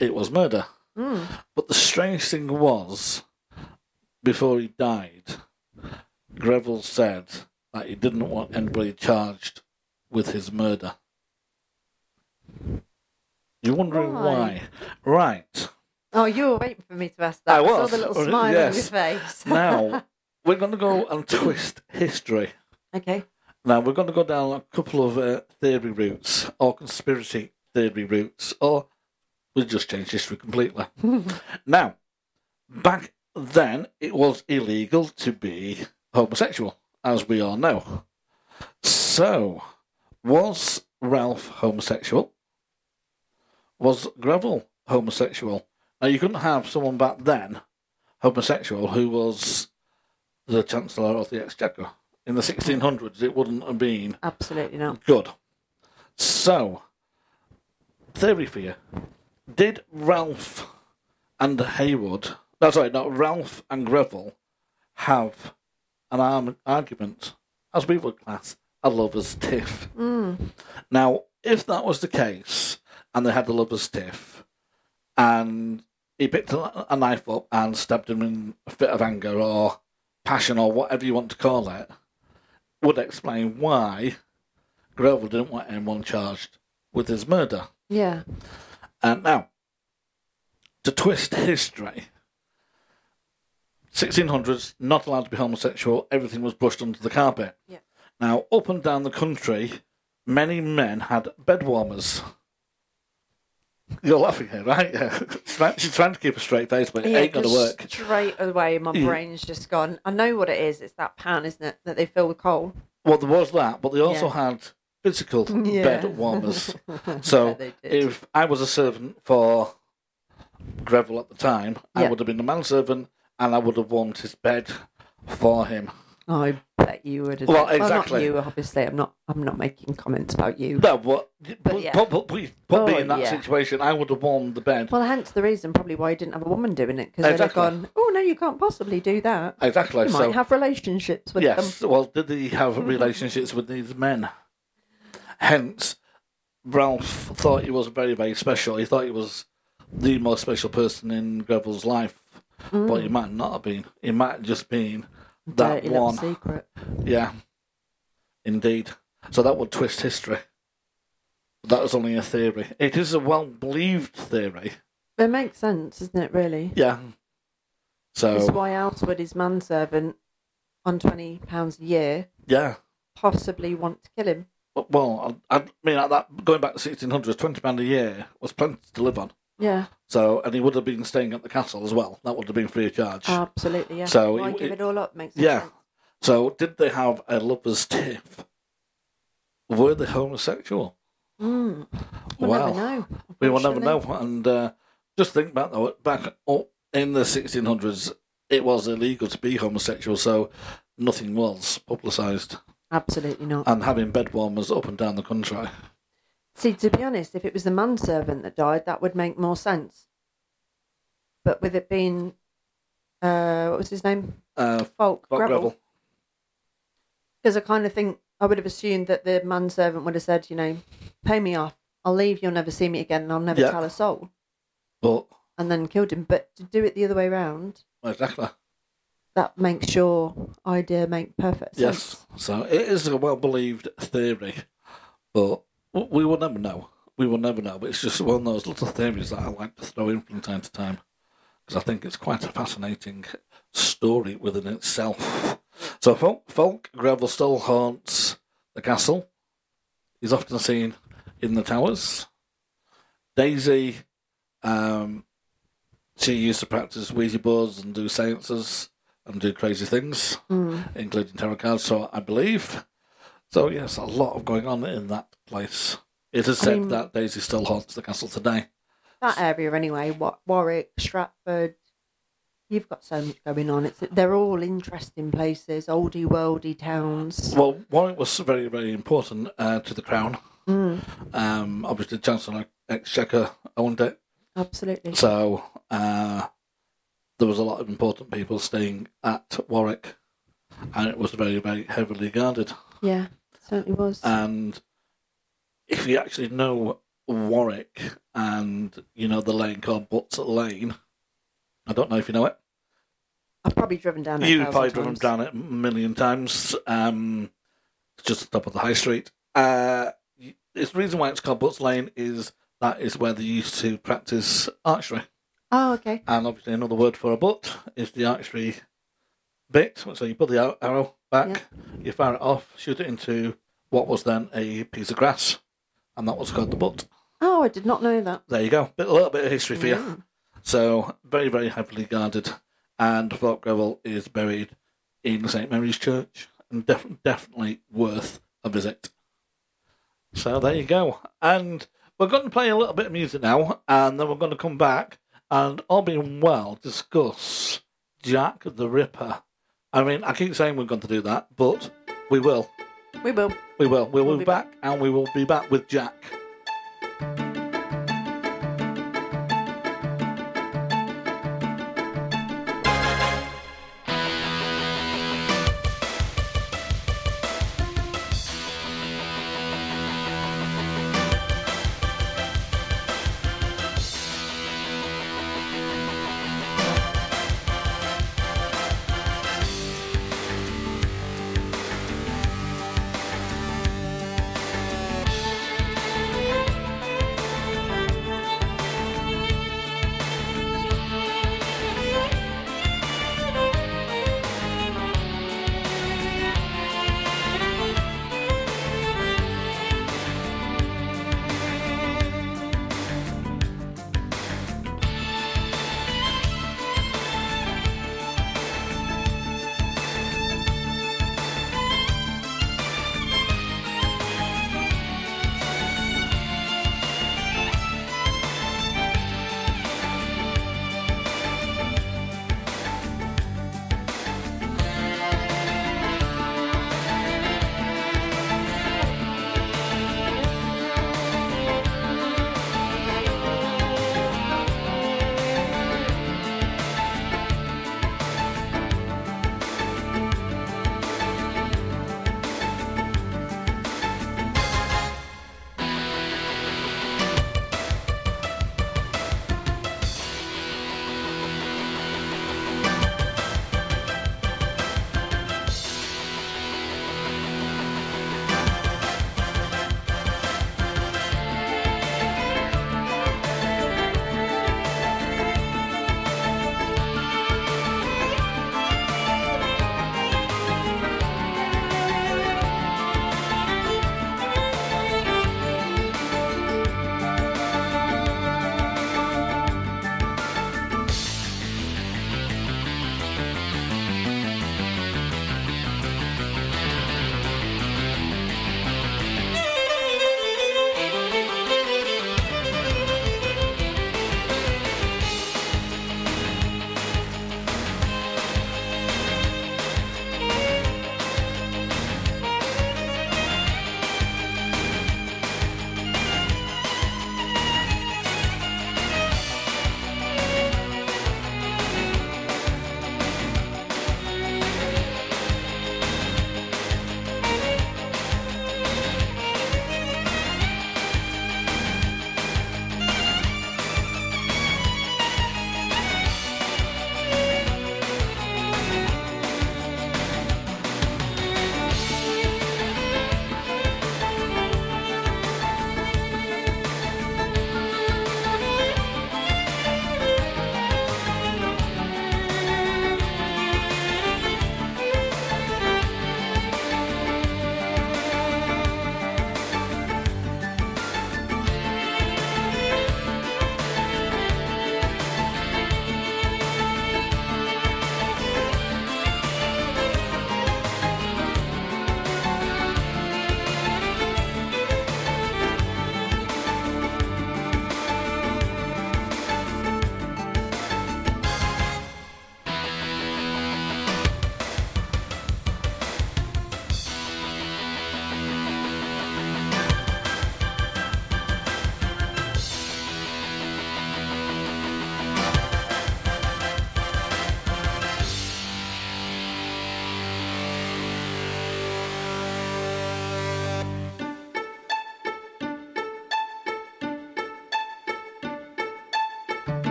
it was murder. But the strange thing was, before he died, Greville said that he didn't want anybody charged with his murder. You're wondering why. Why? Right. Oh, you were waiting for me to ask that. I saw was. the little Or- smile yes. on your face. Now, we're going to go and twist history. okay. Now, we're going to go down a couple of uh, theory routes or conspiracy theory routes, or we'll just change history completely. now, back then, it was illegal to be homosexual, as we all know. So, was Ralph homosexual? Was Greville homosexual? Now, you couldn't have someone back then homosexual who was the Chancellor of the Exchequer. In the 1600s, it wouldn't have been Absolutely not. good. So, theory for you. Did Ralph and Haywood, no, sorry, not Ralph and Greville, have an arm- argument, as we would class a lover's tiff? Now, if that was the case, and they had the lover's tiff, and he picked a a knife up and stabbed him in a fit of anger or passion or whatever you want to call it, would explain why Greville didn't want anyone charged with his murder. Yeah. And now, to twist history, 1600s, not allowed to be homosexual, everything was brushed under the carpet. Yeah. Now, up and down the country, many men had bed warmers. You're laughing here, right? Yeah. She's trying to keep a straight face, but it Yeah, ain't going to 'cause work. Straight away, my brain's just gone. I know what it is. It's that pan, isn't it, that they fill with coal. Well, there was that, but they also Yeah. had physical Yeah. bed warmers. So they did. if I was a servant for Greville at the time, I Yeah. would have been a manservant and I would have warmed his bed for him. I bet you would. Have Well, not exactly. you. Obviously, I'm not. I'm not making comments about you. No, but, but, yeah. but, but we- put me Oh, in that yeah. situation, I would have warmed the bed. Well, hence the reason probably why you didn't have a woman doing it because Exactly. they'd have gone, "Oh no, you can't possibly do that. exactly. You so might have relationships with yes, them." Mm-hmm. well, did he have relationships with these men? Hence, Ralph thought he was very, very special. He thought he was the most special person in Greville's life, but he might not have been. He might have just been that Mm. Dirty one. little secret. Yeah, indeed. So that would twist history. That was only a theory. It is a well believed theory. It makes sense, doesn't it? Really, Yeah. it's So why Outward is manservant on twenty pounds a year yeah. possibly want to kill him. Well, I, I mean, at that going back to sixteen hundreds, twenty pound a year was plenty to live on. Yeah, So, and he would have been staying at the castle as well. That would have been free of charge. Ah. absolutely. Yeah. So why it- give it all up? Makes no yeah. sense. So, did they have a lovers' tiff? Were they homosexual? We'll Wow. never know. We will never know. unfortunately. And uh, just think back though, back up in the 1600s, it was illegal to be homosexual, so nothing was publicised. Absolutely not. And having bed warmers up and down the country. See, to be honest, if it was the manservant that died, that would make more sense. But with it being, uh, what was his name? Uh, Falk Falk Greville. Greville. Because I kind of think I would have assumed that the manservant would have said, you know, pay me off. I'll leave. You'll never see me again, and I'll never Yeah. tell a soul. But, And then killed him. But to do it the other way round, exactly. that makes your idea make perfect Yes. sense. So it is a well believed theory, but w- we will never know. We will never know. But it's just one of those little theories that I like to throw in from time to time because I think it's quite a fascinating story within itself. So Fol- Folk Greville still haunts the castle. He's often seen in the towers. Daisy, um, she used to practice Ouija boards and do seances and do crazy things including tarot cards, so I believe. So, yes, a lot of going on in that place. It is said mean- that Daisy still haunts the castle today. that area anyway, Wa- Warwick, Stratford, you've got so much going on. It's they're all interesting places, oldie worldy towns. Well, Warwick was very, very important uh, to the crown. Um, obviously, Chancellor Exchequer owned it, Absolutely. so uh, there was a lot of important people staying at Warwick, and it was very, very heavily guarded. Yeah, certainly was. Uh, And if you actually know Warwick and you know the lane called Butts Lane, I don't know if you know it. I've probably driven down it. a You've thousand probably driven times. down it a million times. Um, it's just at the top of the high street. Uh, y- it's the reason why it's called Butts Lane is that is where they used to practice archery. Oh, okay. And obviously, another word for a butt is the archery bit. So you put the ar- arrow back, you fire it off, shoot it into what was then a piece of grass, and that was called the butt. Oh, I did not know that. There you go. Bit, a little bit of history for you. So very, very heavily guarded. And Fort Greville is buried in St Mary's Church, and def- definitely worth a visit. So there you go. And we're going to play a little bit of music now, and then we're going to come back and all being well discuss Jack the Ripper. I mean, I keep saying we're going to do that, but we will. We will. We will. We will We'll be be back, and we will be back with Jack. Jack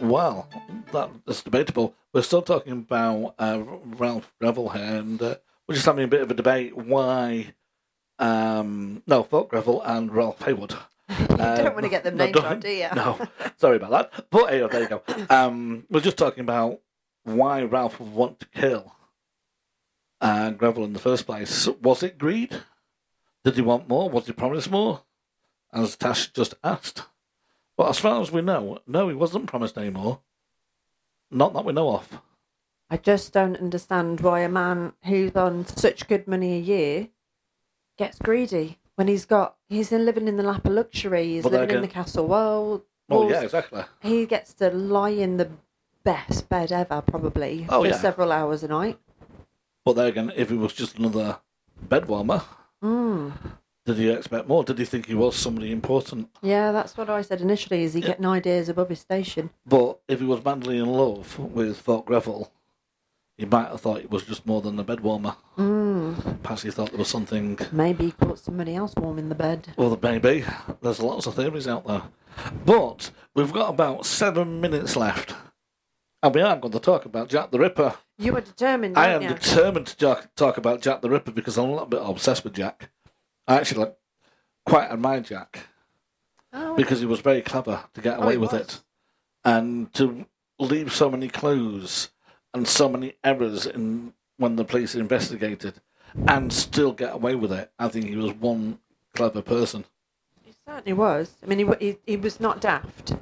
well, that is debatable. We're still talking about uh, Ralph Revel here, and uh, we're just having a bit of a debate why. Um, no, Falk Revel and Ralph Haywood. you don't wanna get them names right, do you? No, sorry about that. But hey, oh, there you go. Um, we're just talking about why Ralph would want to kill uh, Gravel in the first place. Was it greed? Did he want more? Was he promised more? As Tash just asked. But as far as we know, no, he wasn't promised any more. Not that we know of. I just don't understand why a man who's on such good money a year gets greedy when he's got he's living in the lap of luxury, he's But then living in the again- castle world. Well, walls. yeah, exactly. He gets to lie in the best bed ever, probably Oh, for yeah. several hours a night. But then again, if he was just another bed warmer, Hmm. did he expect more? Did he think he was somebody important? Yeah, that's what I said initially. Is he getting ideas above his station? But if he was madly in love with Falk Greville, he might have thought it was just more than a bed warmer. Mm. Perhaps he thought there was something Maybe he caught somebody else warm in the bed. Well, there may be. There's lots of theories out there. But we've got about seven minutes left. And we are going to talk about Jack the Ripper. You were determined, I weren't am you? determined to talk, talk about Jack the Ripper because I'm a little bit obsessed with Jack. I actually like, quite admire Jack Oh, because he was very clever to get away he with was. it and to leave so many clues and so many errors in when the police investigated and still get away with it. I think he was one clever person. He certainly was. I mean, he, wa- he he was not daft.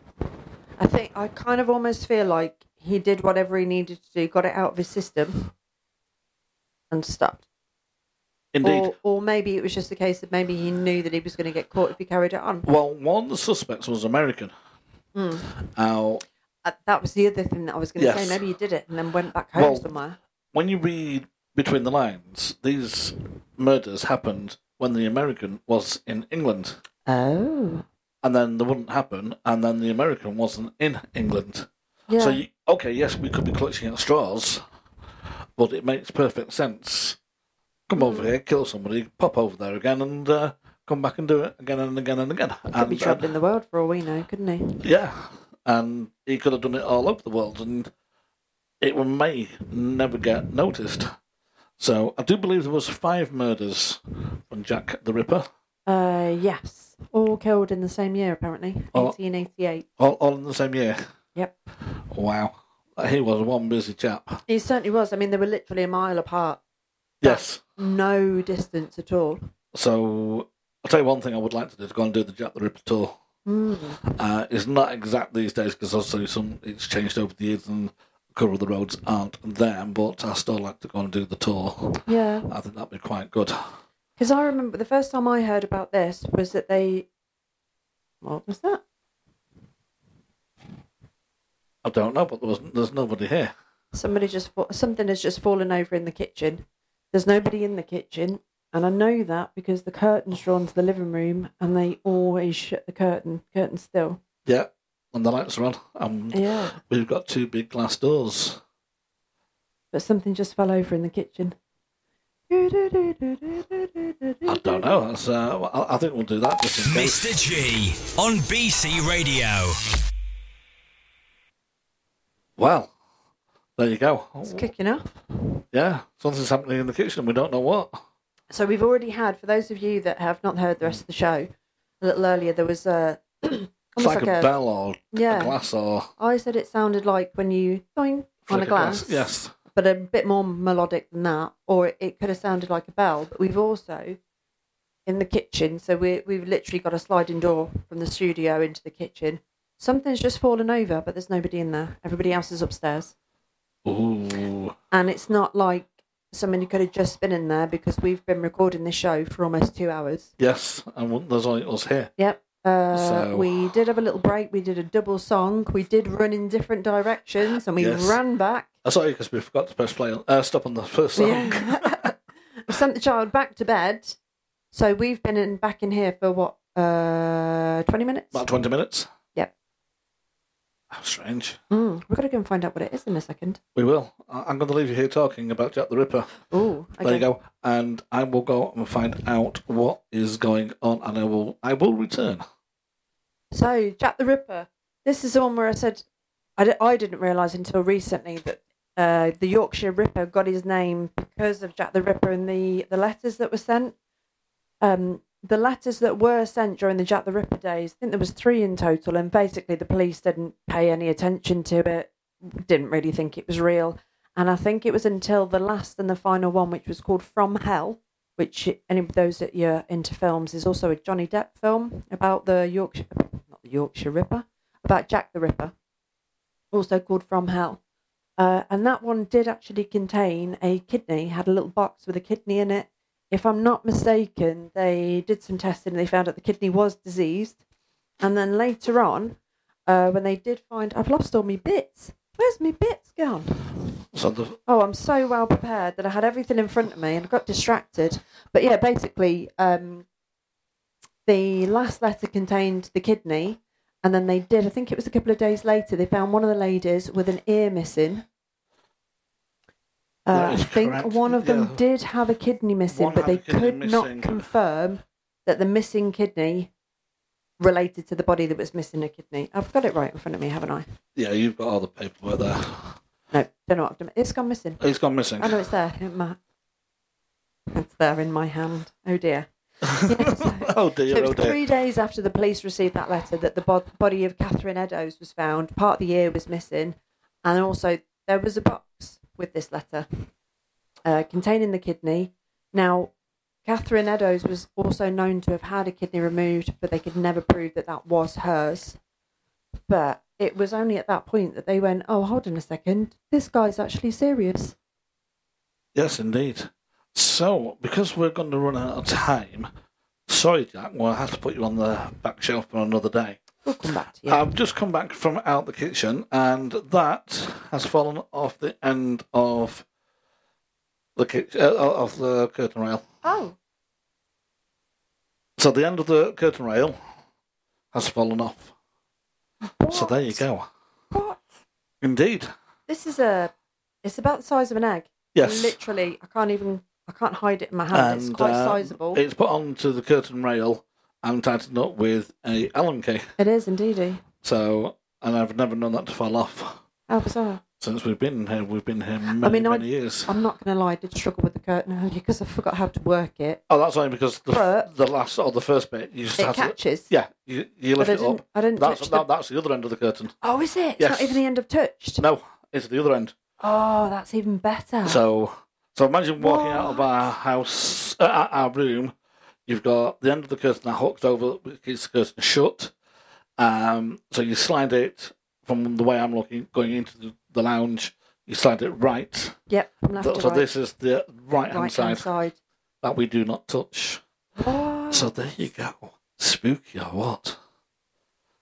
I think I kind of almost feel like he did whatever he needed to do, got it out of his system, and stopped. Indeed. Or, or maybe it was just a case of maybe he knew that he was going to get caught if he carried it on. Well, one of the suspects was American. Hmm. Now, Uh, That was the other thing that I was going to Yes. say. Maybe he did it and then went back home Well, somewhere. when you read between the lines, these murders happened when the American was in England, Oh, and then they wouldn't happen, and then the American wasn't in England. yeah. So, you, okay, yes, we could be clutching at straws, but it makes perfect sense. Come Mm. over here, kill somebody, pop over there again, and uh, come back and do it again and again and again. could be And- uh, and- travelling the world for all we know, couldn't he? Yeah, and he could have done it all over the world, and it may never get noticed. So I do believe there was five murders from Jack the Ripper, Uh, yes. All killed in the same year, apparently. Oh. 1888. all, all in the same year. Yep. Wow, he was one busy chap. He certainly was. I mean, they were literally a mile apart. Yes. No distance at all. So I'll tell you one thing I would like to do to go and do the Jack the Ripper tour. Uh, it's not exact these days because obviously some it's changed over the years and a couple of the roads aren't there. But I still like to go and do the tour. Yeah. I think that'd be quite good. Because I remember the first time I heard about this was that they. What was that? I don't know, but there was there's nobody here. Somebody just fa- something has just fallen over in the kitchen. There's nobody in the kitchen, and I know that because the curtain's drawn to the living room, and they always shut the curtain, curtain still. Yeah, and the lights are on, and Yeah. we've got two big glass doors. But something just fell over in the kitchen. I don't know. That's, uh, I, I think we'll do that just in case. Mr. G on BC Radio. Well, there you go. It's kicking off. Yeah, something's happening in the kitchen. We don't know what. So we've already had, for those of you that have not heard the rest of the show, a little earlier there was a It's almost like, a, bell or yeah. a glass or I said it sounded like when you doing on like a glass, Yes, but a bit more melodic than that, or it could have sounded like a bell. But we've also in the kitchen, so we we've literally got a sliding door from the studio into the kitchen. Something's just fallen over, but there's nobody in there. Everybody else is upstairs, ooh, and it's not like somebody could have just been in there because we've been recording this show for almost two hours. yes, and there's only us here. Yep. Uh, So- We did have a little break. We did a double song. We did run in different directions, and we Yes. ran back. Oh, sorry, because we forgot to press play. Uh, stop on the first song. Yeah. we sent the child back to bed. So we've been in back in here for what uh, twenty minutes. About twenty minutes. Yep. How strange. Mm, we're gonna go and find out what it is in a second. We will. I- I'm going to leave you here talking about Jack the Ripper. Oh, okay. There you go. And I will go and find out what is going on, and I will I will return. So Jack the Ripper. This is the one where I said I I, d- I didn't realise until recently that uh, the Yorkshire Ripper got his name because of Jack the Ripper and the, the letters that were sent. Um, the letters that were sent during the Jack the Ripper days, I think there was three in total, and basically the police didn't pay any attention to it, didn't really think it was real. And I think it was until the last and the final one, which was called From Hell, which any of those that you're into films is also a Johnny Depp film about the Yorkshire, not the Yorkshire Ripper, about Jack the Ripper, also called From Hell. Uh, and that one did actually contain a kidney, had a little box with a kidney in it. If I'm not mistaken, they did some testing and they found out the kidney was diseased. And then later on, uh, when they did find, I've lost all my bits. Where's my bits gone? So the, Oh, I'm so well prepared that I had everything in front of me and I got distracted. But yeah, basically, um, the last letter contained the kidney, and then they did. I think it was a couple of days later. They found one of the ladies with an ear missing. Uh, That I is think correct, one of them yeah. did have a kidney missing, One but they had a kidney could missing. not confirm that the missing kidney related to the body that was missing a kidney. I've got it right in front of me, haven't I? yeah, you've got all the paperwork there. No, don't know what I've done. It's gone missing. It's gone missing. I know it's there. It ma- It's there in my hand. Oh dear. Yeah, so, oh so dear, it oh was dear. three days after the police received that letter that the bod- body of Catherine Eddowes was found. Part of the ear was missing, and also there was a box with this letter uh, containing the kidney. Now, Catherine Eddowes was also known to have had a kidney removed, but they could never prove that that was hers. But it was only at that point that they went, "Oh, hold on a second, this guy's actually serious." Yes, indeed. So, because we're going to run out of time, sorry, Jack, we'll have to put you on the back shelf for another day. We'll come back to you. I've just come back from out the kitchen, and that has fallen off the end of the kitchen, uh, of the curtain rail. oh, So the end of the curtain rail has fallen off. So there you go. what? Indeed. This is a. It's about the size of an egg. Yes. Literally, I can't even. I can't hide it in my hand. it's quite um, sizable. It's put onto the curtain rail and tightened up with a Allen key. it is eh? indeedy. So, and I've never known that to fall off. How bizarre. Since we've been here, we've been here many, mean, I- many years. I'm not going to lie, I did struggle with the curtain earlier because I forgot how to work it. oh, that's only because the, But- the last or the first bit, you just It have catches. to. Yeah, you, you But lift I it didn't- up. I didn't That's, touch the- that, that's the other end of the curtain. Oh, is it? It's Yes. not even the end of touched. No, it's the other end. Oh, that's even better. So, so imagine walking out of our house, uh, our- our room. You've got the end of the curtain that hooks over, which keeps the curtain shut. Um, so you slide it from the way I'm looking, going into the, the lounge. You slide it right. yep, from left So, to so right. this is the right hand right side hand side. that we do not touch. So there you go. Spooky or what?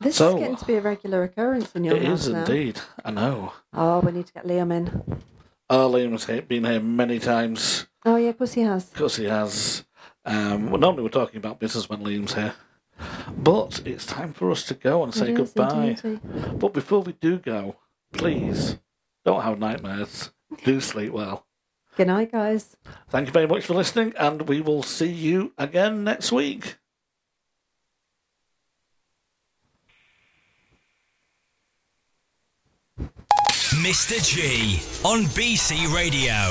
This so- is getting to be a regular occurrence in your It house is now. indeed. I know. Oh, we need to get Liam in. Arlene's he- been here many times Oh, yeah, of course he has. because he has. Um, well, normally we're talking about business when Liam's here, but it's time for us to go and say It is goodbye. indeedy. But before we do go, please don't have nightmares. Do sleep well. Good night, guys. Thank you very much for listening, and we will see you again next week. Mr. G on BC Radio.